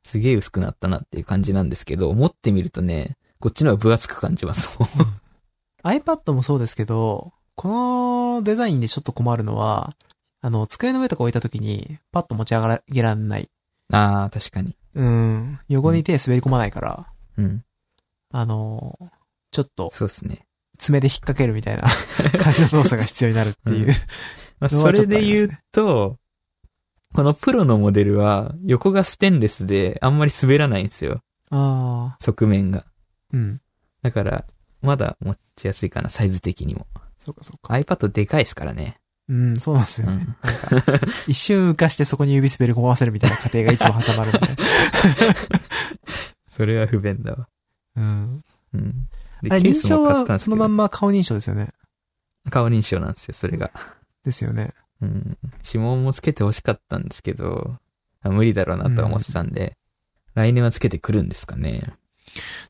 Speaker 2: すげえ薄くなったなっていう感じなんですけど、持ってみるとね、こっちの方が分厚く感じます もん。
Speaker 1: iPad もそうですけど、このデザインでちょっと困るのは、あの、机の上とか置いた時に、パッと持ち上げられない。
Speaker 2: ああ、確かに。
Speaker 1: うん。横に手滑り込まないから、
Speaker 2: うん。
Speaker 1: あの、ちょっと
Speaker 2: そうですね。
Speaker 1: 爪で引っ掛けるみ たいな感じの動作が必要になるっていう。
Speaker 2: まあ、
Speaker 1: の
Speaker 2: そ
Speaker 1: はちょっ
Speaker 2: れ
Speaker 1: とあ
Speaker 2: で
Speaker 1: りますね
Speaker 2: 言うと、このプロのモデルは横がステンレスであんまり滑らないんですよ。
Speaker 1: ああ。
Speaker 2: 側面が。
Speaker 1: うん。
Speaker 2: だから、まだ持ちやすいかな、サイズ的にも。
Speaker 1: そうかそうか。
Speaker 2: iPad でかいですからね。
Speaker 1: うん、そうなんですよ
Speaker 2: う
Speaker 1: ね。
Speaker 2: ん。
Speaker 1: 一瞬浮かしてそこに指滑り込ませるみたいな過程がいつも挟 まるんで。
Speaker 2: それは不便だわ。
Speaker 1: うん。
Speaker 2: うん。で
Speaker 1: あれ、
Speaker 2: ケー
Speaker 1: 認
Speaker 2: ス
Speaker 1: 証
Speaker 2: も買った
Speaker 1: は
Speaker 2: んです
Speaker 1: そ
Speaker 2: け
Speaker 1: の
Speaker 2: ど
Speaker 1: まんま顔認証ですよね。
Speaker 2: 顔認証なんですよ、それが。
Speaker 1: ですよね。
Speaker 2: うん。指紋もつけて欲しかったんですけど、あ無理だろうなとは思ってたんで、来年はつけてくるんですかね。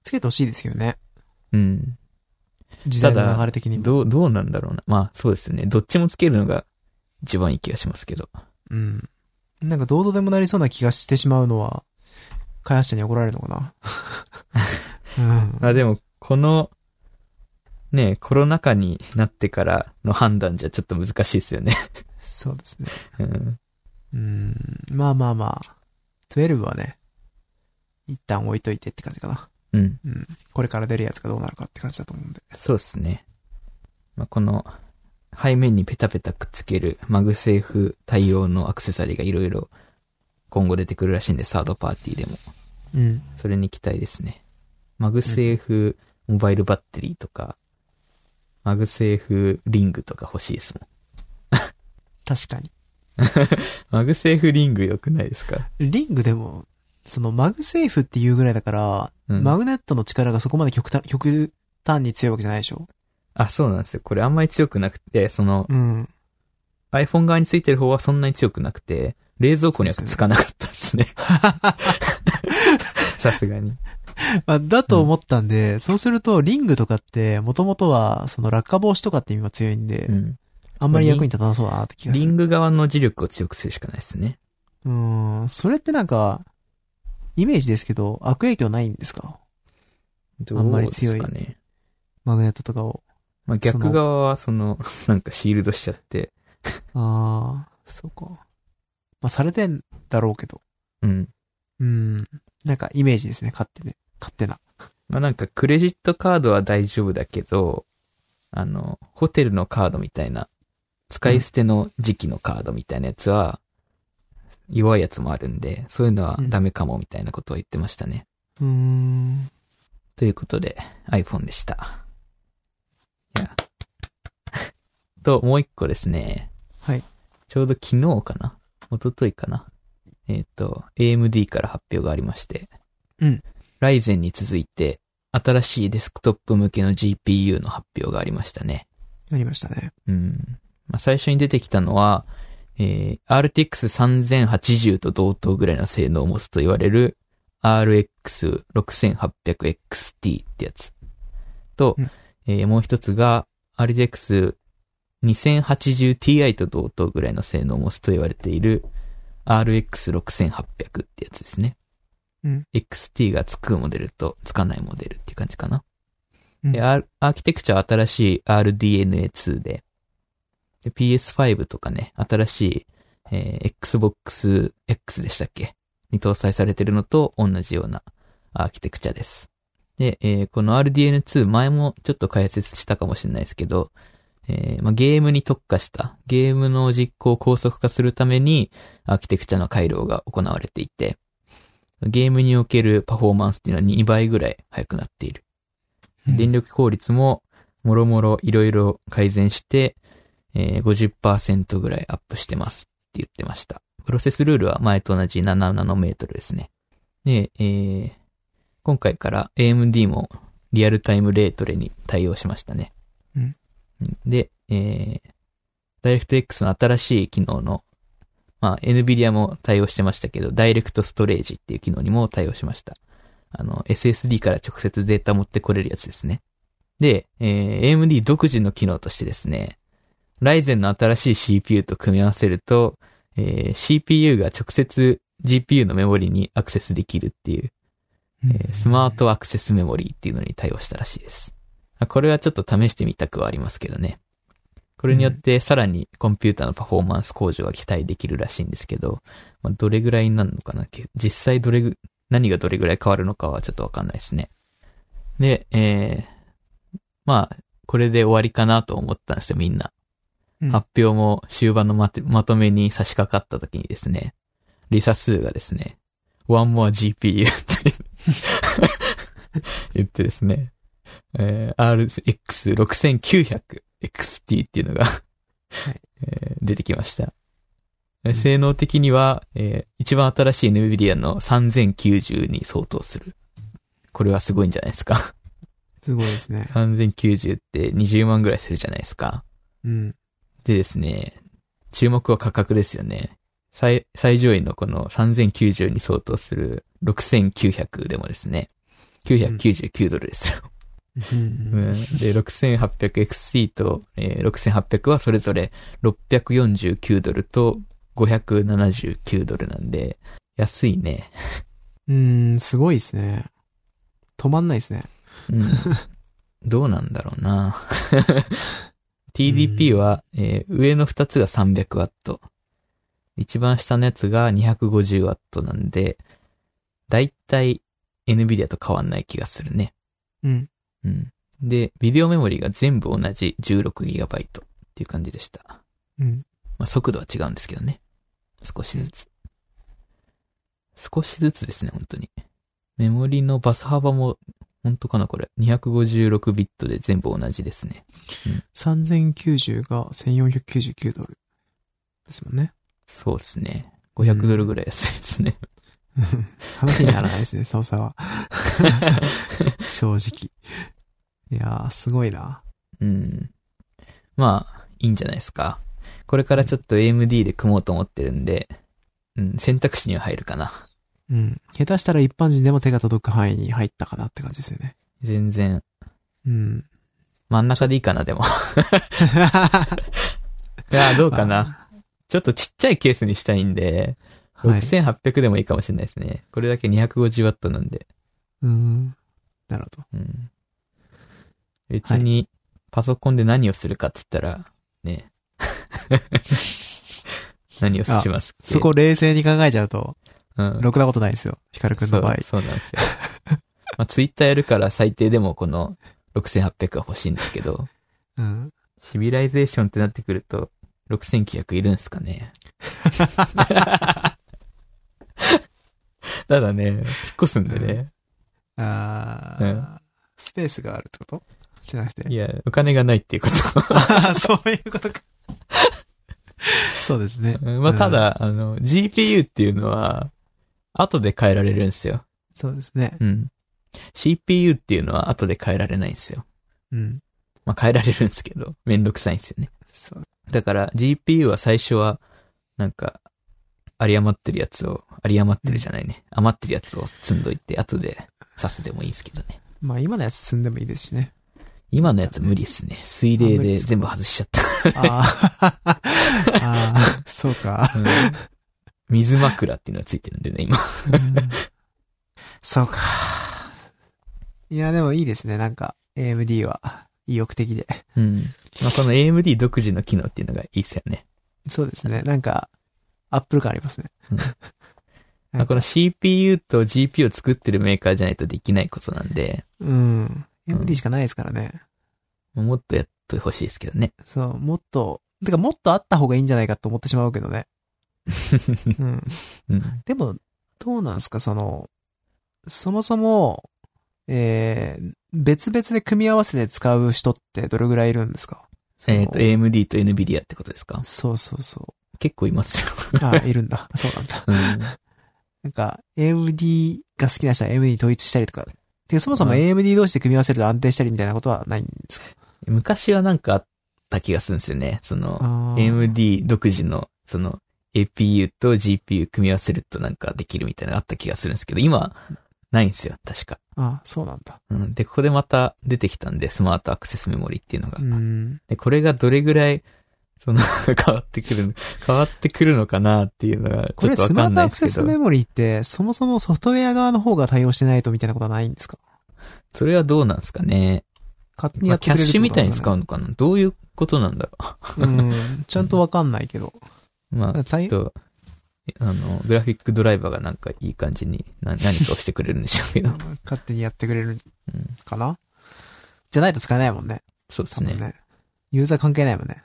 Speaker 1: つけてほしいですよね。
Speaker 2: うん。
Speaker 1: 時代
Speaker 2: た
Speaker 1: の
Speaker 2: だ
Speaker 1: 流れ的にも。
Speaker 2: どう、どうなんだろうな。まあ、そうですね。どっちもつけるのが一番いい気がしますけど。
Speaker 1: うん。なんかどうとでもなりそうな気がしてしまうのは、開発者に怒られるの かな。うん。
Speaker 2: あ、でも、この、ね、コロナ禍になってからの判断じゃちょっと難しいですよね。
Speaker 1: そうですね。
Speaker 2: うん。
Speaker 1: うん。まあまあまあ。12はね、一旦置いといてって感じかな。
Speaker 2: うん。
Speaker 1: これから出るやつがどうなるかって感じだと思うんで。
Speaker 2: そうですね。まあ、この、背面にペタペタくっつけるマグセーフ対応のアクセサリーがいろいろ今後出てくるらしいんで、サードパーティーでも。
Speaker 1: うん。
Speaker 2: それに期待ですね。マグセーフモバイルバッテリーとか、マグセーフリングとか欲しいですもん。
Speaker 1: 確かに。
Speaker 2: マグセーフリング良くないですか
Speaker 1: リングでも、そのマグセーフっていうぐらいだから、
Speaker 2: うん
Speaker 1: マグネットの力がそこまで極端、極端に強いわけじゃないでしょ。
Speaker 2: あ、そうなんですよ。これあんまり強くなくて、その
Speaker 1: うん。
Speaker 2: iPhone 側についてる方はそんなに強くなくて、冷蔵庫にはくっつかなかったです ね。さすがに。
Speaker 1: まあ、だと思ったんで、そうすると、リングとかって、もともとは、その落下防止とかって意味が強いんで、
Speaker 2: うん。
Speaker 1: あんまり役に立たなそうだなって気がす
Speaker 2: リ
Speaker 1: る。
Speaker 2: ング側の磁力を強くするしかないですね。
Speaker 1: うーん、それってなんか、イメージですけど、悪影響ないんですか
Speaker 2: ど
Speaker 1: あんま
Speaker 2: う
Speaker 1: り
Speaker 2: です
Speaker 1: 強い
Speaker 2: かね。
Speaker 1: マグネットとかを。
Speaker 2: まあ、逆側はその、なんかシールドしちゃって、
Speaker 1: ああ、そうか。まあ、されてんだろうけど。
Speaker 2: うん。
Speaker 1: うん。なんか、イメージですね、勝手ね。勝手な。
Speaker 2: まあ、なんかクレジットカードは大丈夫だけど、あの、ホテルのカードみたいな、使い捨ての時期のカードみたいなやつは、弱いやつもあるんで、そういうのはダメかもみたいなことを言ってましたね。
Speaker 1: うーん。
Speaker 2: ということで、iPhone でした。いや。と、もう一個ですね。
Speaker 1: はい。
Speaker 2: ちょうど昨日かな一昨日かなえっ、と、AMD から発表がありまして。
Speaker 1: うん。
Speaker 2: Ryzen に続いて、新しいデスクトップ向けの GPU の発表がありましたね。
Speaker 1: やりましたね。
Speaker 2: うん。まあ、最初に出てきたのは、えー RTX 3080と同等ぐらいの性能を持つと言われる RX6800XT ってやつ。と、
Speaker 1: うん
Speaker 2: えーもう一つが RTX 2080Ti と同等ぐらいの性能を持つと言われている RX6800 ってやつですね。
Speaker 1: うん。
Speaker 2: XT がつくモデルとつかないモデルっていう感じかな。
Speaker 1: うん
Speaker 2: で、R- アーキテクチャは新しい RDNA2 で、で PS5 とかね、新しい、えー Xbox X でしたっけに搭載されてるのと同じようなアーキテクチャです。で、えーこの RDN2 前もちょっと解説したかもしれないですけど、えーまあ、ゲームに特化した、ゲームの実行を高速化するためにアーキテクチャの回路が行われていて、ゲームにおけるパフォーマンスっていうのは2倍ぐらい速くなっている。
Speaker 1: うん
Speaker 2: 電力効率ももろもろいろいろ改善して、えー50%ぐらいアップしてますって言ってました。プロセスルールは前と同じ7ナノメートルですね。で、えー今回から AMD もリアルタイムレートレに対応しましたね。
Speaker 1: うん
Speaker 2: で、えー、DirectX の新しい機能の、まあ、NVIDIA も対応してましたけど、Direct Storage っていう機能にも対応しました。あの、SSD から直接データ持ってこれるやつですね。で、えー AMD 独自の機能としてですね、Ryzen の新しい CPU と組み合わせると、えー CPU が直接 GPU のメモリにアクセスできるっていう、
Speaker 1: うん
Speaker 2: えースマートアクセスメモリーっていうのに対応したらしいです。あこれはちょっと試してみたくはありますけどね。これによってさらにコンピューターのパフォーマンス向上が期待できるらしいんですけど、まあ、どれぐらいになるのかなけ実際どれぐ、何がどれぐらい変わるのかはちょっとわかんないですね。で、えーまあ、これで終わりかなと思ったんですよ、みんな。
Speaker 1: うん
Speaker 2: 発表も終盤のまてまとめに差し掛かった時にですね、リサ数がですね、One more GPU って言ってですね、えー RX6900XT っていうのが、えー出てきました。えー性能的には、えー一番新しい NVIDIA の3090に相当する。これはすごいんじゃないですか。
Speaker 1: すごいですね。
Speaker 2: 3090って20万ぐらいするじゃないですか。
Speaker 1: うん。
Speaker 2: でですね、注目は価格ですよね。最、最上位のこの3090に相当する6900でもですね、999ドルですよ。
Speaker 1: うん
Speaker 2: うんで、6800XT と、えー6800はそれぞれ649ドルと579ドルなんで、安いね。
Speaker 1: うん、すごいですね。止まんないですね。
Speaker 2: うん。どうなんだろうな。TDP は、えー上の2つが 300W。一番下のやつが 250W なんで、だいたい NVIDIA と変わんない気がするね。
Speaker 1: うん。
Speaker 2: うん。で、ビデオメモリが全部同じ 16GB っていう感じでした。
Speaker 1: うん。
Speaker 2: まあ、速度は違うんですけどね。少しずつ。少しずつですね、本当に。メモリのバス幅も、本当かな、これ。256ビットで全部同じですね。
Speaker 1: 3090が1499ドル。ですもんね。
Speaker 2: そうですね。500ドルぐらい安いですね。
Speaker 1: 話にならないですね、操作 は。正直。いやー、すごいな。
Speaker 2: うん。まあ、いいんじゃないですか。これからちょっと AMD で組もうと思ってるんで、うん、選択肢には入るかな。
Speaker 1: うん。下手したら一般人でも手が届く範囲に入ったかなって感じですよね。
Speaker 2: 全然。
Speaker 1: うん。
Speaker 2: 真ん中でいいかな、でも。いや、どう かな。ちょっとちっちゃいケースにしたいんで、
Speaker 1: はい。
Speaker 2: 6800でもいいかもしれないですね。これだけ 250W なんで。
Speaker 1: うん。なるほど。
Speaker 2: うん、別に、パソコンで何をするかって言ったら、ね。 何をし
Speaker 1: あ
Speaker 2: ますっけ
Speaker 1: そこ冷静に考えちゃうと、
Speaker 2: うん、
Speaker 1: ろくなことないですよ。ヒカルくんの場合。
Speaker 2: そうそうなんですよ。 まあ、ツイッターやるから最低でもこの6800は欲しいんですけど、
Speaker 1: うん。
Speaker 2: シビライゼーションってなってくると、6900いるんす かね。 ただね、引っ越すんでね。
Speaker 1: あー、スペースがあるってことじゃなくて
Speaker 2: い。や、お金がないっていう こと。
Speaker 1: あー そういうことか。そうですね。
Speaker 2: まあ、ただ、あの、GPU っていうのは、後で変えられるんですよ。
Speaker 1: そうですね。
Speaker 2: うん。 CPU っていうのは後で変えられないんですよ。
Speaker 1: うん。
Speaker 2: まあ、変えられるんですけど、めんどくさいんですよね。
Speaker 1: そう。
Speaker 2: だから GPU は最初は、なんか、有り余ってるやつを、有り余ってるじゃないね。余ってるやつを積んどいて、後で刺すでもいいんですけどね。
Speaker 1: まあ今のやつ積んでもいいですしね。
Speaker 2: 今のやつ無理っすね。水冷で全部外しちゃった。
Speaker 1: あー あー、そうか。
Speaker 2: 水枕っていうのがついてるんでね、今。
Speaker 1: うん そうか。いや、でもいいですね。なんか、AMD は意欲的で。
Speaker 2: うん。まあ、この AMD 独自の機能っていうのがいいっすよね。
Speaker 1: そうですね。なんか、アップル感ありますね。
Speaker 2: まあ、この CPU と GPU を作ってるメーカーじゃないとできないことなんで、
Speaker 1: うん。
Speaker 2: うん
Speaker 1: AMD しかないですからね。
Speaker 2: もっとやっとほしいですけどね。
Speaker 1: そう、もっと、てかもっとあった方がいいんじゃないかと思ってしまうけどね。うん。
Speaker 2: うん。
Speaker 1: でも、どうなんですか、その、そもそも、えー、別々で組み合わせて使う人ってどれぐらいいるんですかその
Speaker 2: えっ、と、AMD と NVIDIA ってことですか
Speaker 1: そうそうそ
Speaker 2: 結構いますよ。
Speaker 1: う。あ、いるんだ。 そうなんだ。
Speaker 2: うん
Speaker 1: なんか、AMD が好きな人は AMD に統一したりとか。てかそもそも
Speaker 2: うん
Speaker 1: AMD 同士で組み合わせると安定したりみたいなことはないんですか
Speaker 2: 昔はなんかあった気がするんですよね。その、
Speaker 1: あー
Speaker 2: AMD 独自の、その、APU と GPU 組み合わせるとなんかできるみたいなのがあった気がするんですけど、今、ないんですよ、確か。
Speaker 1: あ、そうなんだ。
Speaker 2: うん。で、ここでまた出てきたんで、スマートアクセスメモリっていうのが。
Speaker 1: うん。
Speaker 2: で、これがどれぐらい、その、 変わってくるの、変わってくるのかなっていうのが、
Speaker 1: こ
Speaker 2: ちょ
Speaker 1: れ
Speaker 2: っとわ
Speaker 1: ス
Speaker 2: か
Speaker 1: マ
Speaker 2: ん
Speaker 1: ート
Speaker 2: ない
Speaker 1: ア
Speaker 2: で
Speaker 1: クセ
Speaker 2: す
Speaker 1: ス
Speaker 2: け
Speaker 1: メ
Speaker 2: ど、
Speaker 1: モリーって、そもそもソフトウェア側の方が対応してないとみたいなことはないんですか
Speaker 2: それはどうなんですかね。
Speaker 1: 勝手にや
Speaker 2: まあ、
Speaker 1: って
Speaker 2: キ
Speaker 1: く
Speaker 2: ャッ
Speaker 1: れるって
Speaker 2: シュみたいに使
Speaker 1: う
Speaker 2: うのかなどういうことなんだろ
Speaker 1: うん。ちゃんとわかんないけど。
Speaker 2: う。まあ、
Speaker 1: 対
Speaker 2: ちょっと、あの、グラフィックドライバーがなんかいい感じにな何かをしてくれるんでしょうけど。
Speaker 1: 勝手にやってくれる
Speaker 2: うん、
Speaker 1: かなじゃないと使えないもんね。
Speaker 2: そうで
Speaker 1: 多
Speaker 2: すね
Speaker 1: 分ね。ユーザー関係ないもんね。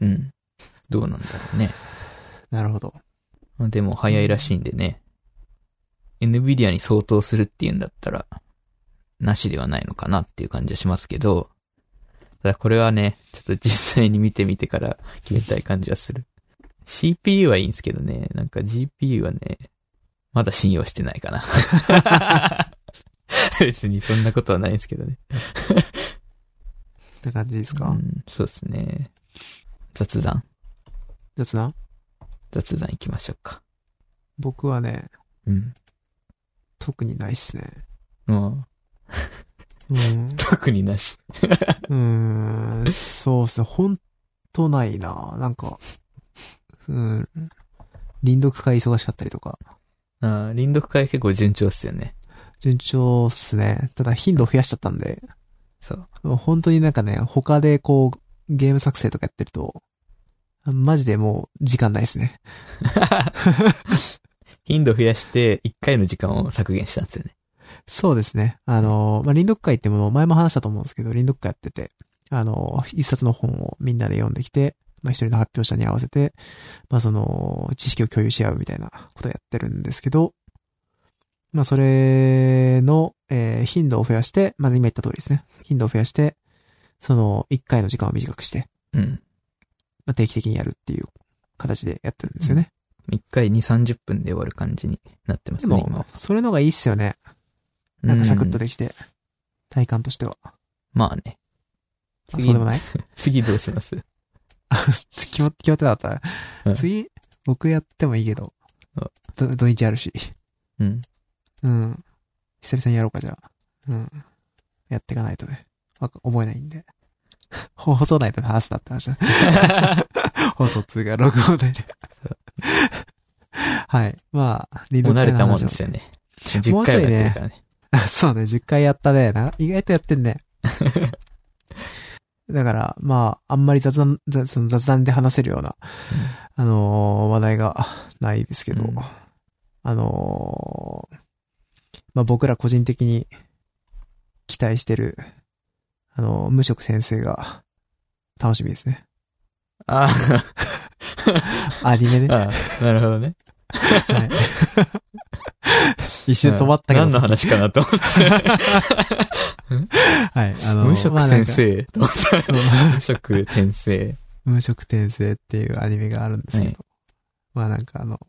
Speaker 2: うん。どうなんだろうね。
Speaker 1: なるほど。
Speaker 2: まあでも早いらしいんでね。NVIDIA に相当するっていうんだったら、なしではないのかなっていう感じはしますけど、ただこれはね、ちょっと実際に見てみてから決めたい感じはする。CPU はいいんですけどね、なんか GPU はね、まだ信用してないかな。 別にそんなことはないんですけどね。
Speaker 1: って感じです
Speaker 2: う
Speaker 1: か
Speaker 2: ん、そうですね。雑談
Speaker 1: 雑な
Speaker 2: 雑談行きましょうか。
Speaker 1: 僕はね、
Speaker 2: うん。
Speaker 1: 特にないっすね。
Speaker 2: も
Speaker 1: うん
Speaker 2: う、。特になし。
Speaker 1: うーん、そうっすね。ほんとないな。なんか、うん。臨読会忙しかったりとか。
Speaker 2: ああ、臨読会結構順調っすよね。
Speaker 1: 順調っすね。ただ頻度増やしちゃったんで、
Speaker 2: そう。
Speaker 1: 本当になんかね、他でこう、ゲーム作成とかやってると、マジでもう時間ないですね。
Speaker 2: 頻度増やして、1回の時間を削減したんですよね。
Speaker 1: そうですね。あの、まあ、林読会ってものを前も話したと思うんですけど、林読会やってて、あの、一冊の本をみんなで読んできて、まあ、一人の発表者に合わせて、まあ、その、知識を共有し合うみたいなことをやってるんですけど、まあ、それの、えー頻度を増やして、まあ、今言った通りですね。頻度を増やして、その、一回の時間を短くして、
Speaker 2: うん。
Speaker 1: まあ、定期的にやるっていう形でやってるんですよね。
Speaker 2: 1回2、30分で終わる感じになってま
Speaker 1: です
Speaker 2: ね、
Speaker 1: も
Speaker 2: 今。、
Speaker 1: それのがいいっすよね。なんかサクッと
Speaker 2: で。
Speaker 1: できて、体感としては。あ
Speaker 2: まあね。
Speaker 1: そうでもない
Speaker 2: 次どうします
Speaker 1: 決まって、決まってなかっ
Speaker 2: うん
Speaker 1: た。次、僕やってもいいけど
Speaker 2: あ、
Speaker 1: ど土日あるし。
Speaker 2: うん。
Speaker 1: うん。久々にやろうか、じゃあ。うん。やっていかないとね。わか覚えないんで。 放送内での話すなって 話だ。放送通が録音内で。はい。まあ、リ
Speaker 2: もう慣れたも
Speaker 1: ん
Speaker 2: んですよね。
Speaker 1: も
Speaker 2: 10
Speaker 1: うちょ
Speaker 2: 回
Speaker 1: い
Speaker 2: はや
Speaker 1: ね
Speaker 2: ってるからね。
Speaker 1: あそうね、10回やったね。な意外とやって んね。だから、まあ、あんまり雑談、雑その雑談で話せるような、あのー話題がないですけど、
Speaker 2: うん
Speaker 1: あのーまあ僕ら個人的に期待してる、あのー無職先生が楽しみですね。
Speaker 2: あー
Speaker 1: アニメ ね。
Speaker 2: あー、なるほどね。
Speaker 1: はい一瞬止まったけど。
Speaker 2: うん何の話かなと思って。
Speaker 1: はい。 あのー
Speaker 2: 無職
Speaker 1: まあなん
Speaker 2: 先
Speaker 1: か
Speaker 2: 生と思った
Speaker 1: そう
Speaker 2: 無職転生。
Speaker 1: 無職転生っていうアニメがあるんですけど、ま
Speaker 2: はい
Speaker 1: あなんかあの、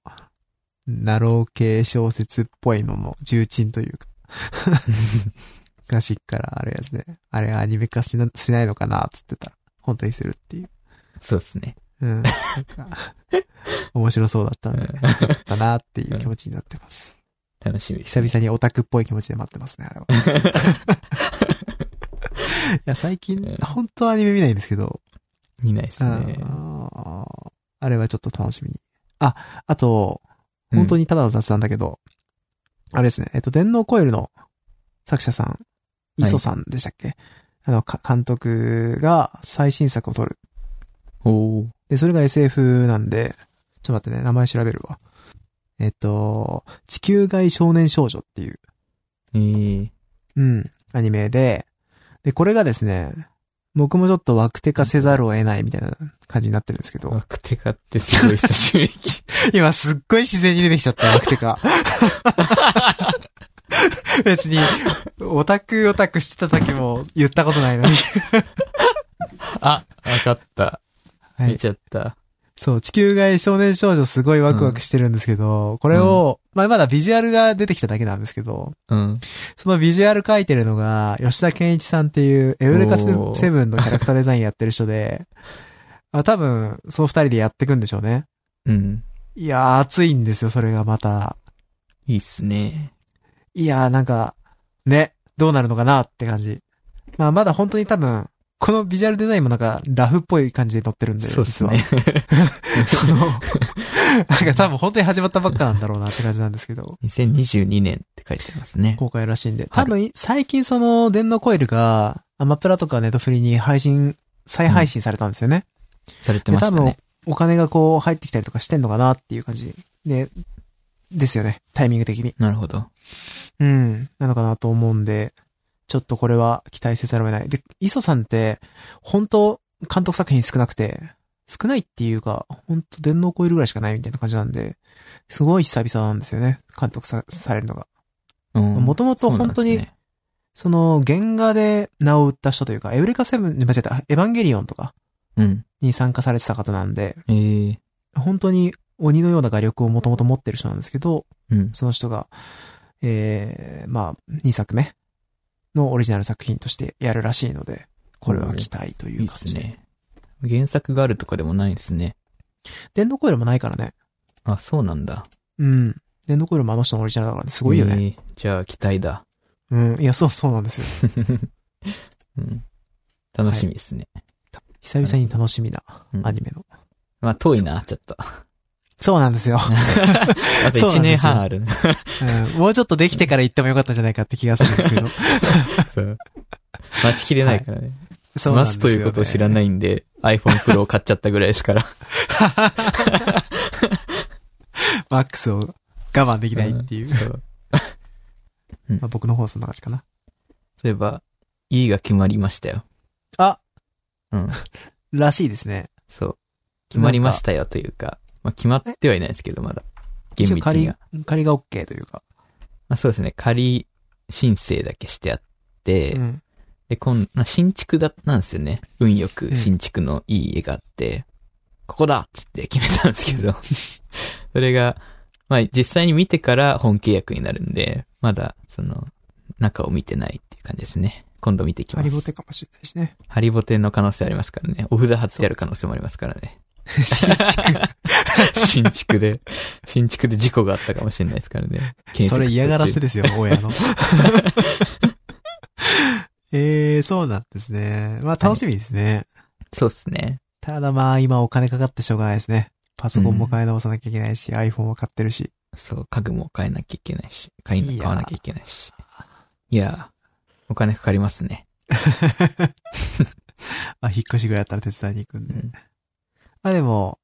Speaker 1: ナロー系小説っぽいのの重鎮というか、昔からあるやつで、あれアニメ化しなしないのかなっつってたら、本当にするっていう。
Speaker 2: そうですね。
Speaker 1: うん。なん か面白そうだったんで、よかったなっていう気持ちになってます。
Speaker 2: 楽しみです
Speaker 1: 久々にオタクっぽい気持ちで待ってますね、あれは。いや、最
Speaker 2: うん
Speaker 1: 近、本当はアニメ見ないんですけど、
Speaker 2: 見ないです
Speaker 1: う
Speaker 2: ね。
Speaker 1: んあれはちょっと楽しみに。あ、あと、本当
Speaker 2: に。
Speaker 1: にただの雑談だけど、あれですね、えっと、電脳コイルの作者さん、
Speaker 2: はい
Speaker 1: 磯さんでしたっけ、あの、か監督が最新作を撮る。
Speaker 2: おー
Speaker 1: で、それが SF なんで、ちょっと待ってね、名前調べるわ。えっと、地球外少年少女っていう、
Speaker 2: えー、
Speaker 1: うん、アニメで、で、これがですね、僕もちょっと枠手化せざるを得ないみたいな感じになってるんですけど、
Speaker 2: ワクテカってすごい久しぶりに聞い
Speaker 1: 今すっごい自然に出てきちゃった、ワクテカ。別に、オタクオタクしてた時も言ったことないのに。
Speaker 2: たあ、わかった。
Speaker 1: はい
Speaker 2: 見ちゃった。
Speaker 1: そう、地球外少年少女すごいワクワクしてるんですけど、これを、まあまだビジュアルが出てきただけなんですけど、
Speaker 2: うん。
Speaker 1: そのビジュアル書いてるのが、吉田健一さんっていう、エウレカセ
Speaker 2: おー
Speaker 1: セブンのキャラクターデザインやってる人で、あ多分、その二人でやってくんでしょうね。
Speaker 2: うん。
Speaker 1: いやー、熱いんですよ、それがまた。
Speaker 2: いいっすね。
Speaker 1: いやーなんか、ね、どうなるのかなって感じ。まあまだ本当に多分、このビジュアルデザインもなんかラフっぽい感じで撮ってるんで、
Speaker 2: そうっす ね。
Speaker 1: 実は。その、 なんか多分本当に始まったばっかなんだろうなって感じなんですけど、
Speaker 2: 2022年って書いてありますね。
Speaker 1: 公開らしいんで。多分最近その電脳コイルがアマプラとかネットフリに配信、再配信されたんですよね。
Speaker 2: されてま
Speaker 1: で、
Speaker 2: し
Speaker 1: 多
Speaker 2: た
Speaker 1: 分
Speaker 2: ね。
Speaker 1: お金がこう入ってきたりとかしてんのかなっていう感じで、ですよね。タイミング的に。
Speaker 2: なるほど。
Speaker 1: うん、なのかなと思うんで、ちょっとこれは期待せざるを得ない。で、磯さんって、本当監督作品少なくて、少ないっていうか、本当電脳超えるぐらいしかないみたいな感じなんで、すごい久々なんですよね、監督さされるのが。
Speaker 2: うん。
Speaker 1: もともと
Speaker 2: そうなん
Speaker 1: 本
Speaker 2: で
Speaker 1: 当
Speaker 2: すね
Speaker 1: に、その原画で名を売った人というか、エウレカセブン、間違えた、エヴァンゲリオンとか
Speaker 2: うん。
Speaker 1: に参加されてた方なんで、
Speaker 2: えー、
Speaker 1: 本当に鬼のような画力をもともと持ってる人なんですけど、
Speaker 2: うん。
Speaker 1: その人が、えー、まあ、2作目のオリジナル作品としてやるらしいので、これは期待とい
Speaker 2: いういっ
Speaker 1: 感
Speaker 2: す
Speaker 1: じで。
Speaker 2: ね。原作があるとかでもないんですね。
Speaker 1: 電動コイルもないからね。
Speaker 2: あ、そうなんだ。
Speaker 1: うん。電動コイルもあの人のオリジナルだからね、すごいよね。
Speaker 2: えーじゃあ、期待だ。
Speaker 1: うん。いや、そうそうなんですよ。
Speaker 2: うん。楽しみですね。
Speaker 1: 久々に楽しみな
Speaker 2: うん
Speaker 1: アニメの。
Speaker 2: まあ、遠いな、ちょっと。
Speaker 1: そうなんですよ。
Speaker 2: あと
Speaker 1: そうな
Speaker 2: 1
Speaker 1: んで
Speaker 2: 年
Speaker 1: すよ
Speaker 2: 半ある。
Speaker 1: うん、もうちょっとできてから行ってもよかったんじゃないかって気がするんですけど。
Speaker 2: そう待ちきれないからね。
Speaker 1: そうなん です
Speaker 2: 待つ
Speaker 1: よ、ね。。
Speaker 2: ということを知らないいんで、iPhone Pro を買っちゃったぐらい ですから。
Speaker 1: マックスを我慢できないっていう。
Speaker 2: そう
Speaker 1: まあ、僕の方はそんな感じかな。
Speaker 2: そういえば、E が決まりましたよ。
Speaker 1: あ
Speaker 2: うん。
Speaker 1: らしいですね。
Speaker 2: そう。決まりましたよというか、まあ、決まってはいないですけど、まだ。厳
Speaker 1: 一応
Speaker 2: 密に
Speaker 1: 仮
Speaker 2: は。、
Speaker 1: 仮が OK というか。
Speaker 2: まあ、そうですね。仮申請だけしてあって、
Speaker 1: うん。
Speaker 2: で、こんな新築だったんですよね。運よ
Speaker 1: う
Speaker 2: く
Speaker 1: ん
Speaker 2: 新築のいい家があって、ここだっつって決めたんですけど、 それが、まあ実際に見てから本契約になるんで、まだ、その、中を見てないっていう感じですね。今度見ていき
Speaker 1: ハ
Speaker 2: ます。
Speaker 1: リボテかもしれないしね。
Speaker 2: ハリボテの可能性ありますからね。お札貼ってある可能性もありますからね。
Speaker 1: 新築。
Speaker 2: 新築で、新築で事故があったかもしれないですからね。建
Speaker 1: そ
Speaker 2: 設途中
Speaker 1: れ嫌がらせ ですよ、親の。えー、そうなんですね。まあ楽しみですね。
Speaker 2: そうっすね。
Speaker 1: ただまあ今お金かかってしょうがないですね。パソコンも買い直さなきゃいけないし、iPhone は買ってる し。
Speaker 2: そう、家具も買えなきゃいけないし、買い
Speaker 1: い
Speaker 2: な、
Speaker 1: やー
Speaker 2: 買わなきゃいけないし。いやー、お金かかりますね。
Speaker 1: まあ引っ越しぐらいだったら手伝いに行くんで。
Speaker 2: うん
Speaker 1: まあでも、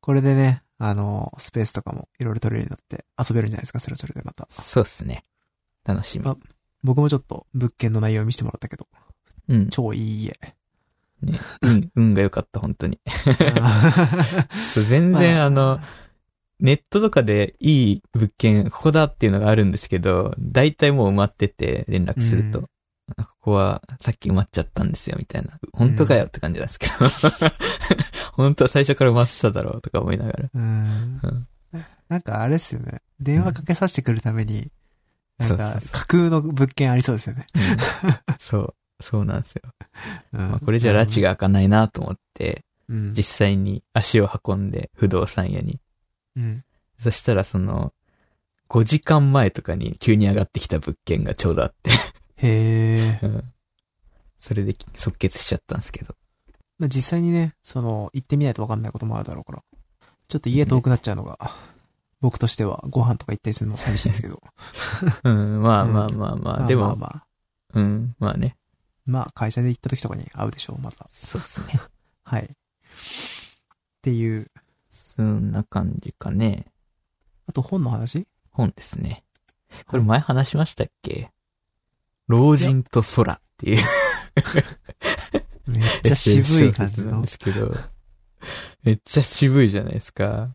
Speaker 1: これでね、あの、スペースとかもいろいろ取れるようになって遊べるんじゃないですか、それはそれでまた。
Speaker 2: そうっすね。楽しみ
Speaker 1: あ。僕もちょっと物件の内容見せてもらったけど、
Speaker 2: うん。
Speaker 1: 超いい 家。
Speaker 2: ね、運、運が良かった、本当に。そう全然、あの、ネットとかでいい物件、ここだっていうのがあるんですけど、大体もう埋まってて連絡すると、
Speaker 1: うん
Speaker 2: あここはさっき埋まっちゃったんですよ、みたいな。本当かよって感じなんですけど。 本当は最初から埋まってただろうとか 思いながら。
Speaker 1: うん
Speaker 2: うん
Speaker 1: なんかあれっすよね。電話かけさせてくるために、なん
Speaker 2: そうそ
Speaker 1: か
Speaker 2: う、そう
Speaker 1: 架空の物件ありそうですよね。
Speaker 2: そう、そうなんですよ。
Speaker 1: うん
Speaker 2: まあ、これじゃ拉致。が開かないなと思って、
Speaker 1: うん。
Speaker 2: 実際に足を運んで、不動産屋に。
Speaker 1: うん。
Speaker 2: そしたらその、5時間前とかに急に上がってきた物件がちょうどあって、
Speaker 1: へえ。
Speaker 2: うんそれで即決しちゃったんですけど。
Speaker 1: まあ、実際にね、その、行ってみないと分かんないこともあるだろうから。ちょっと家遠くなっちゃうのが、僕としてはご飯とか行ったりするの寂しいんですけど。
Speaker 2: うん、まあ
Speaker 1: うん
Speaker 2: まあまあま
Speaker 1: ま
Speaker 2: あ、
Speaker 1: あ
Speaker 2: で
Speaker 1: まあ
Speaker 2: も、
Speaker 1: まあ。
Speaker 2: うん、まあね。
Speaker 1: まあ、会社で行った時とかに会うでしょう、また。
Speaker 2: そうっすね。
Speaker 1: はい。っていう。
Speaker 2: そんな感じかね。
Speaker 1: あと本の話
Speaker 2: 本ですね。これ前話しましたっけ老人と空っていう。
Speaker 1: めっ ちゃ渋い感じ
Speaker 2: なん
Speaker 1: の
Speaker 2: で。すけど。めっちゃ渋いじゃないですか。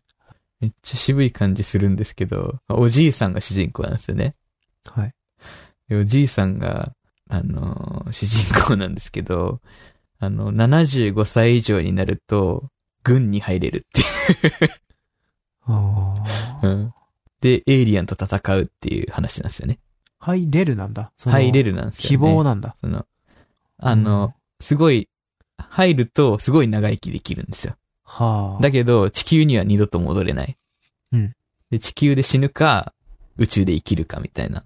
Speaker 2: めっちゃ渋い感じするんですけど、おじいさんが主人公なんですよね。
Speaker 1: はい。
Speaker 2: でおじいさんが、あのー主人公なんですけど、あの、75歳以上になると、軍に入れるってい
Speaker 1: あ
Speaker 2: う
Speaker 1: ー
Speaker 2: うん。で、エイリアンと戦うっていう話なんですよね。
Speaker 1: 入れるなんだ。その
Speaker 2: 入れるなんですよね。
Speaker 1: 希望なんだ。
Speaker 2: その、あの、
Speaker 1: うん
Speaker 2: すごい、入ると、すごい長生きできるんですよ。
Speaker 1: はあ。
Speaker 2: だけど、地球には二度と戻れない。
Speaker 1: うん
Speaker 2: で、地球で死ぬか、宇宙で生きるかみたいな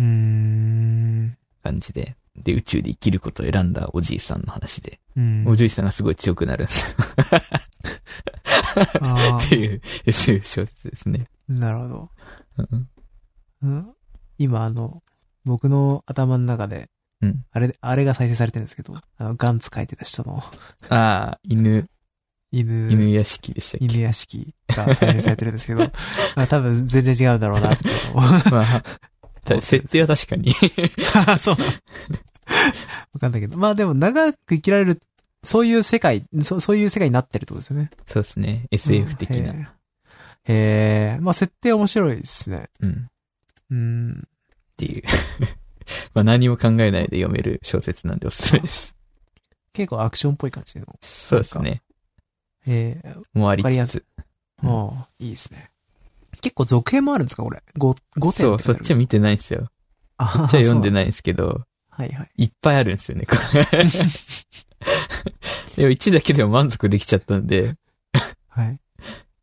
Speaker 1: うーん。
Speaker 2: 感じで。で、宇宙で生きることを選んだおじいさんの話で。
Speaker 1: うん。
Speaker 2: おじいさんがすごい強くなるんですよ。
Speaker 1: あ
Speaker 2: っていう SF 小説ですね。
Speaker 1: ーなるほど。
Speaker 2: うん
Speaker 1: うん今あの、僕の頭の中で、
Speaker 2: うん
Speaker 1: あれ、あれが再生されてるんですけど、あの、ガンツ書いてた人の
Speaker 2: ああ、犬、
Speaker 1: 犬、
Speaker 2: 犬屋敷でしたっ
Speaker 1: 犬屋敷が再生されてるんですけ ど、あ多分全然違うんだろうなって思う。
Speaker 2: け。まあ、た設定は確かに。
Speaker 1: あそうな の。わかんないけど。まあでも長く生きられる、そういう世界、そそういう世界になってるってことですよね。
Speaker 2: そうですね。SF 的
Speaker 1: うん
Speaker 2: な。
Speaker 1: へえ、まあ設定面白いですね。
Speaker 2: うん。っ
Speaker 1: うん。
Speaker 2: ていう。 まあ何も考えないで読める小説なんでおすすめです。
Speaker 1: 結構アクションっぽい感じの。
Speaker 2: そうですね。
Speaker 1: へえ、
Speaker 2: もうあ
Speaker 1: わ
Speaker 2: り
Speaker 1: かりや
Speaker 2: つ
Speaker 1: す
Speaker 2: つ。うん
Speaker 1: もう、いいですね。結構続編もあるんですかこれ。5、五点
Speaker 2: そう、そっちは見てないんですよ。
Speaker 1: あ
Speaker 2: こっちは読んで
Speaker 1: い。
Speaker 2: ないんですけど、
Speaker 1: はいはい。
Speaker 2: いっぱいあるんですよね、 これ。でも1だけでも満足できちゃったんで、
Speaker 1: はい。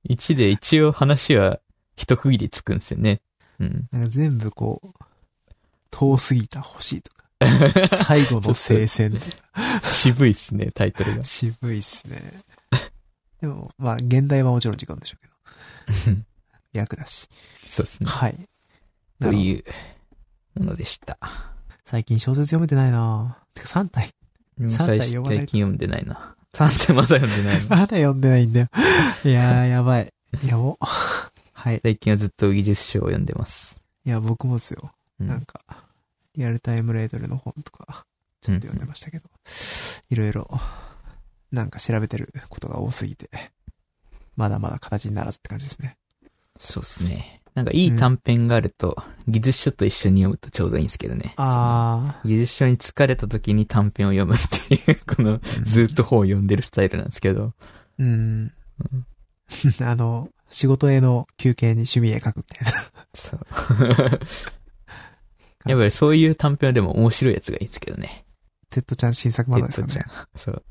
Speaker 2: 1で一応話は一区切りつくんですよね。うん。
Speaker 1: なんか全部こう、遠すぎた欲しい とか。最後の聖戦とか。
Speaker 2: 渋いっすね、タイトルが。
Speaker 1: 渋いっすね。でも、まあ、現代はもちろん時間でしょうけど。 役だし。
Speaker 2: そうですね。
Speaker 1: はい。な
Speaker 2: と
Speaker 1: るほど
Speaker 2: いうものでした。
Speaker 1: 最近小説読めてないなぁてか3体。三体
Speaker 2: 最近
Speaker 1: 読まないと
Speaker 2: 最近読んでないな。3体まだ読んでないな。
Speaker 1: まだ読んでないんだ よ。いやー、やばい。やおう。はい。
Speaker 2: 最近はずっと技術書を読んでます。
Speaker 1: いや、僕もですよ。
Speaker 2: うん
Speaker 1: なんか、リアルタイムレードルの本とか、ちょっと読んでましたけど、いろいろ、なんか調べてることが多すぎて、まだまだ形にならずって感じですね。
Speaker 2: そうですね。なんかいい短編があると、技術書と一緒に読むとちょうどいいんですけどね。
Speaker 1: あ
Speaker 2: 技術書に疲れた時に短編を読むっていう、この
Speaker 1: ー。
Speaker 2: ずっと本を読んでるスタイルなんですけど。
Speaker 1: うん。 あの、仕事への休憩に趣味へ書くみたいな
Speaker 2: そう。
Speaker 1: 感じ。
Speaker 2: やっぱりそういう短編はでも面白いやつがいいんですけどね。
Speaker 1: テッドちゃん新作まだですか
Speaker 2: テッ
Speaker 1: ね。
Speaker 2: そう。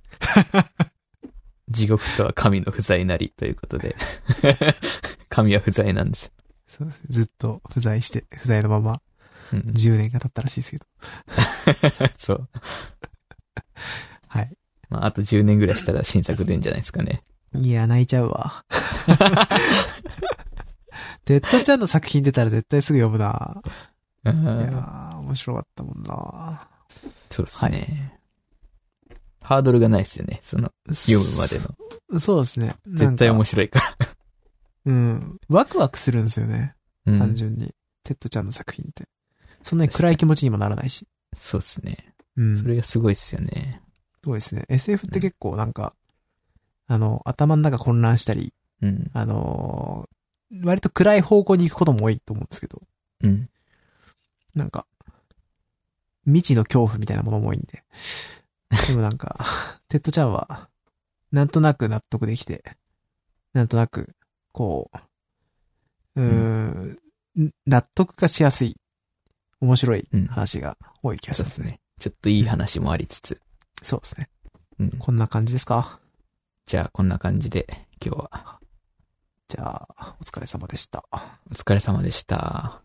Speaker 2: 地獄とは神の不在なりということで。 神は不在なんです。
Speaker 1: そうですね。ずっと不在して、不在のまま
Speaker 2: うん、
Speaker 1: 10年が経ったらしいですけど。
Speaker 2: そう。
Speaker 1: はい。
Speaker 2: まあ、あと10年ぐらいしたら新作出んじゃないですかね。
Speaker 1: いや、泣いちゃうわ。テッドちゃんの作品出たら絶対すぐ読むな
Speaker 2: あ
Speaker 1: いや
Speaker 2: ー
Speaker 1: ー、面白かったもんな
Speaker 2: そうですね、ハードルがないですよね。その、読むまでの。
Speaker 1: の。そうですね。
Speaker 2: 絶対面
Speaker 1: 白い。
Speaker 2: 白いから。
Speaker 1: うん。ワクワクするんですよね。
Speaker 2: うん
Speaker 1: 単純に。テッドちゃんの作品って。そんなに暗い気持ちにもならないし。
Speaker 2: そうですね。
Speaker 1: うん。
Speaker 2: そ
Speaker 1: す
Speaker 2: れがすごいですよね。
Speaker 1: ごいですね。SF って結構なんか、あの、頭の中混乱したり、
Speaker 2: うん。
Speaker 1: あのー割と暗い方向に行くことも多いと思うんですけど、
Speaker 2: うん。
Speaker 1: なんか、未知の恐怖みたいなものも多いんで。でもなんか、 テッドちゃんは、なんとなく納得できて、なんとなく、こう、うーん、納得がしやすい面白い
Speaker 2: うん
Speaker 1: 話が多い気がし
Speaker 2: そ
Speaker 1: ま
Speaker 2: うですす
Speaker 1: ね。
Speaker 2: ね。ちょっといい話もありつつ。
Speaker 1: そうですね。
Speaker 2: うん。
Speaker 1: こんな感じですか
Speaker 2: じゃあ、こんな感じで、今日は
Speaker 1: じゃあ、お疲れ様でした。
Speaker 2: お疲れ様でした。